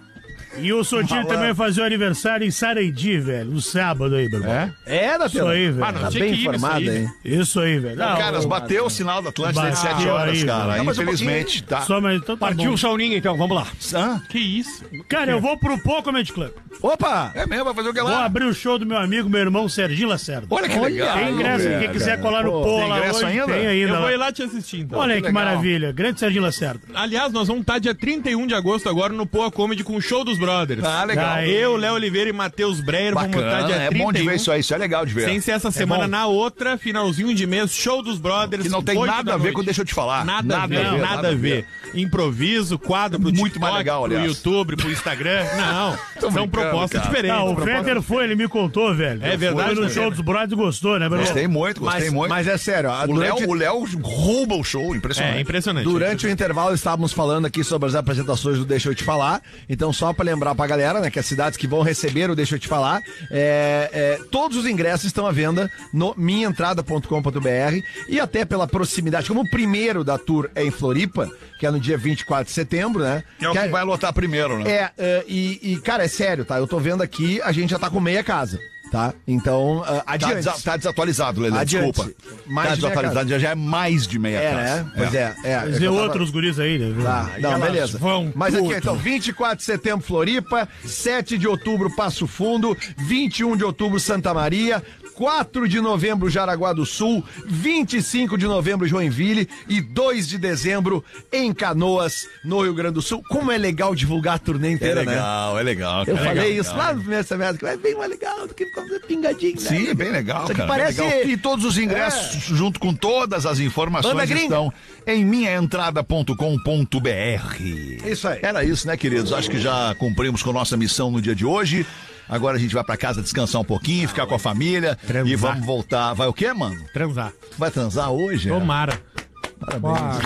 Speaker 4: E o Sotinho também vai fazer o aniversário em Sarandi, velho. No sábado aí, meu irmão.
Speaker 3: É, Datena?
Speaker 4: Isso aí, velho.
Speaker 7: Ah, não,
Speaker 3: Tá
Speaker 7: tinha
Speaker 3: bem
Speaker 7: que ir nisso
Speaker 3: informado,
Speaker 7: aí.
Speaker 3: hein?
Speaker 4: Isso aí, velho. Não,
Speaker 1: Caras, bateu o sinal da Atlântida às
Speaker 4: Bateu
Speaker 1: 7 horas,
Speaker 4: aí,
Speaker 1: cara.
Speaker 4: velho.
Speaker 1: Infelizmente, tá.
Speaker 4: Só, mas então tá
Speaker 9: Partiu
Speaker 4: bom.
Speaker 9: o Saulinha, então, vamos lá.
Speaker 1: Hã?
Speaker 7: Que isso?
Speaker 4: Cara, eu vou pro Pô Comedy Club.
Speaker 3: Opa!
Speaker 1: É mesmo, vai fazer o que
Speaker 4: Vou
Speaker 1: lá?
Speaker 4: abrir o show do meu amigo, meu irmão Serginho Lacerda.
Speaker 1: Olha que legal.
Speaker 4: Tem ingresso, quem quiser colar no Pô
Speaker 1: tem
Speaker 4: lá
Speaker 1: ingresso
Speaker 4: hoje,
Speaker 1: ainda?
Speaker 4: tem ainda.
Speaker 7: Eu
Speaker 4: lá.
Speaker 7: vou ir lá te assistir, então.
Speaker 4: Olha aí que
Speaker 1: legal.
Speaker 4: maravilha. Grande Serginho Lacerda.
Speaker 7: Aliás, nós vamos estar dia 31 de agosto agora no Poa Comedy com o show dos brothers.
Speaker 1: Ah, legal.
Speaker 4: Aí.
Speaker 7: Eu, Léo Oliveira e Matheus Breyer vamos estar
Speaker 1: Bacana,
Speaker 7: dia
Speaker 1: é
Speaker 7: 31.
Speaker 1: bom de ver isso aí, isso é legal de ver.
Speaker 7: Sem ser essa semana,
Speaker 4: bom.
Speaker 7: na outra, finalzinho de mês, show dos brothers.
Speaker 1: Que não tem
Speaker 7: oito
Speaker 1: nada
Speaker 7: da
Speaker 1: a ver
Speaker 7: noite.
Speaker 1: com Deixa Eu Te Falar.
Speaker 7: Nada, a ver, nada, a ver. Improviso, quadro pro
Speaker 1: Muito
Speaker 7: TikTok,
Speaker 1: mais legal,
Speaker 7: pro
Speaker 1: aliás.
Speaker 7: YouTube, pro Instagram. Não, são
Speaker 1: brincando,
Speaker 7: propostas
Speaker 1: cara.
Speaker 7: diferentes.
Speaker 4: Não, Ah, o
Speaker 7: propostas-
Speaker 4: Feder foi, ele me contou, velho.
Speaker 7: É verdade,
Speaker 4: Foi no
Speaker 7: né?
Speaker 4: show dos brothers e gostou, né, meu irmão?
Speaker 1: Gostei muito, gostei
Speaker 3: Mas,
Speaker 1: muito.
Speaker 3: mas é sério, ó,
Speaker 1: o,
Speaker 3: durante,
Speaker 1: Léo, o Léo rouba o show,
Speaker 7: É,
Speaker 1: impressionante.
Speaker 7: impressionante.
Speaker 3: durante o intervalo estávamos falando aqui sobre as apresentações do Deixa Eu Te Falar. Então, só pra lembrar pra galera, né, que as cidades que vão receber o Deixa Eu Te Falar, é, é, todos os ingressos estão à venda no minhaentrada.com.br e até pela proximidade. Como o primeiro da tour é em Floripa, que é no dia 24 de setembro, né?
Speaker 1: é o que vai lotar primeiro, né?
Speaker 3: É, eh, e, e, cara, é sério, tá? Eu tô vendo aqui, a gente já tá com meia casa, tá? Então, eh,
Speaker 1: Tá,
Speaker 3: adiante.
Speaker 1: desa- tá desatualizado, Lelê,
Speaker 3: Adiante.
Speaker 1: desculpa.
Speaker 3: Mais
Speaker 1: tá
Speaker 3: de meia
Speaker 1: desatualizado, já já é mais de meia
Speaker 3: é,
Speaker 1: casa.
Speaker 3: né? Pois é, é.
Speaker 4: Mas e
Speaker 3: Eu tava-
Speaker 4: outros guris aí, né? velho?
Speaker 3: Tá, não, beleza.
Speaker 7: vão
Speaker 3: Mas aqui,
Speaker 7: tudo.
Speaker 3: então, 24 de setembro, Floripa, 7 de outubro, Passo Fundo, 21 de outubro, um Santa Maria, 4 de novembro, Jaraguá do Sul, 25 de novembro, Joinville e 2 de dezembro em Canoas, no Rio Grande do Sul. Como é legal divulgar a turnê
Speaker 12: É
Speaker 3: inteira, né?
Speaker 12: legal, é legal.
Speaker 3: Eu
Speaker 12: cara, é
Speaker 3: falei
Speaker 12: legal,
Speaker 3: isso lá no primeiro semestre, que é bem mais legal do que ficar fazendo pingadinho, né?
Speaker 1: Sim, é bem legal,
Speaker 3: Isso aqui
Speaker 1: cara.
Speaker 3: parece- É.
Speaker 1: bem legal. E todos os ingressos, junto com todas as
Speaker 3: Banda
Speaker 1: informações,
Speaker 3: gringa.
Speaker 1: estão em minhaentrada.com.br.
Speaker 3: Isso aí.
Speaker 1: Era isso, né, queridos? Acho que já cumprimos com nossa missão no dia de hoje. Agora a gente vai pra casa descansar um pouquinho, ficar com a família. E vamos voltar. Vai o quê, mano?
Speaker 7: Transar.
Speaker 1: Vai transar hoje? é?
Speaker 7: Tomara.
Speaker 1: Parabéns.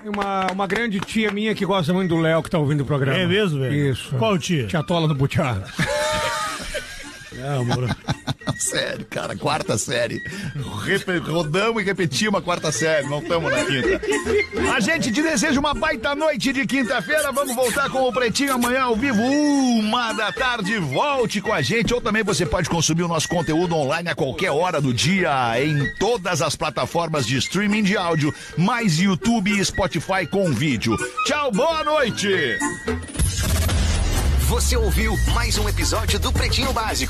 Speaker 9: Tem uma, uma grande tia minha que gosta muito do Léo que tá ouvindo o programa.
Speaker 4: É mesmo, velho?
Speaker 9: Isso.
Speaker 4: Qual tia?
Speaker 9: Te atola no butiá.
Speaker 4: É, amor.
Speaker 1: Sério, cara, quarta série. Repe- Rodamos e repetimos a quarta série, não estamos na quinta. A gente te deseja uma baita noite de quinta-feira. Vamos voltar com o Pretinho amanhã ao vivo, uma da tarde. Volte com a gente. Ou também você pode consumir o nosso conteúdo online a qualquer hora do dia, em todas as plataformas de streaming de áudio, mais YouTube e Spotify com vídeo. Tchau, boa noite!
Speaker 13: Você ouviu mais um episódio do Pretinho Básico.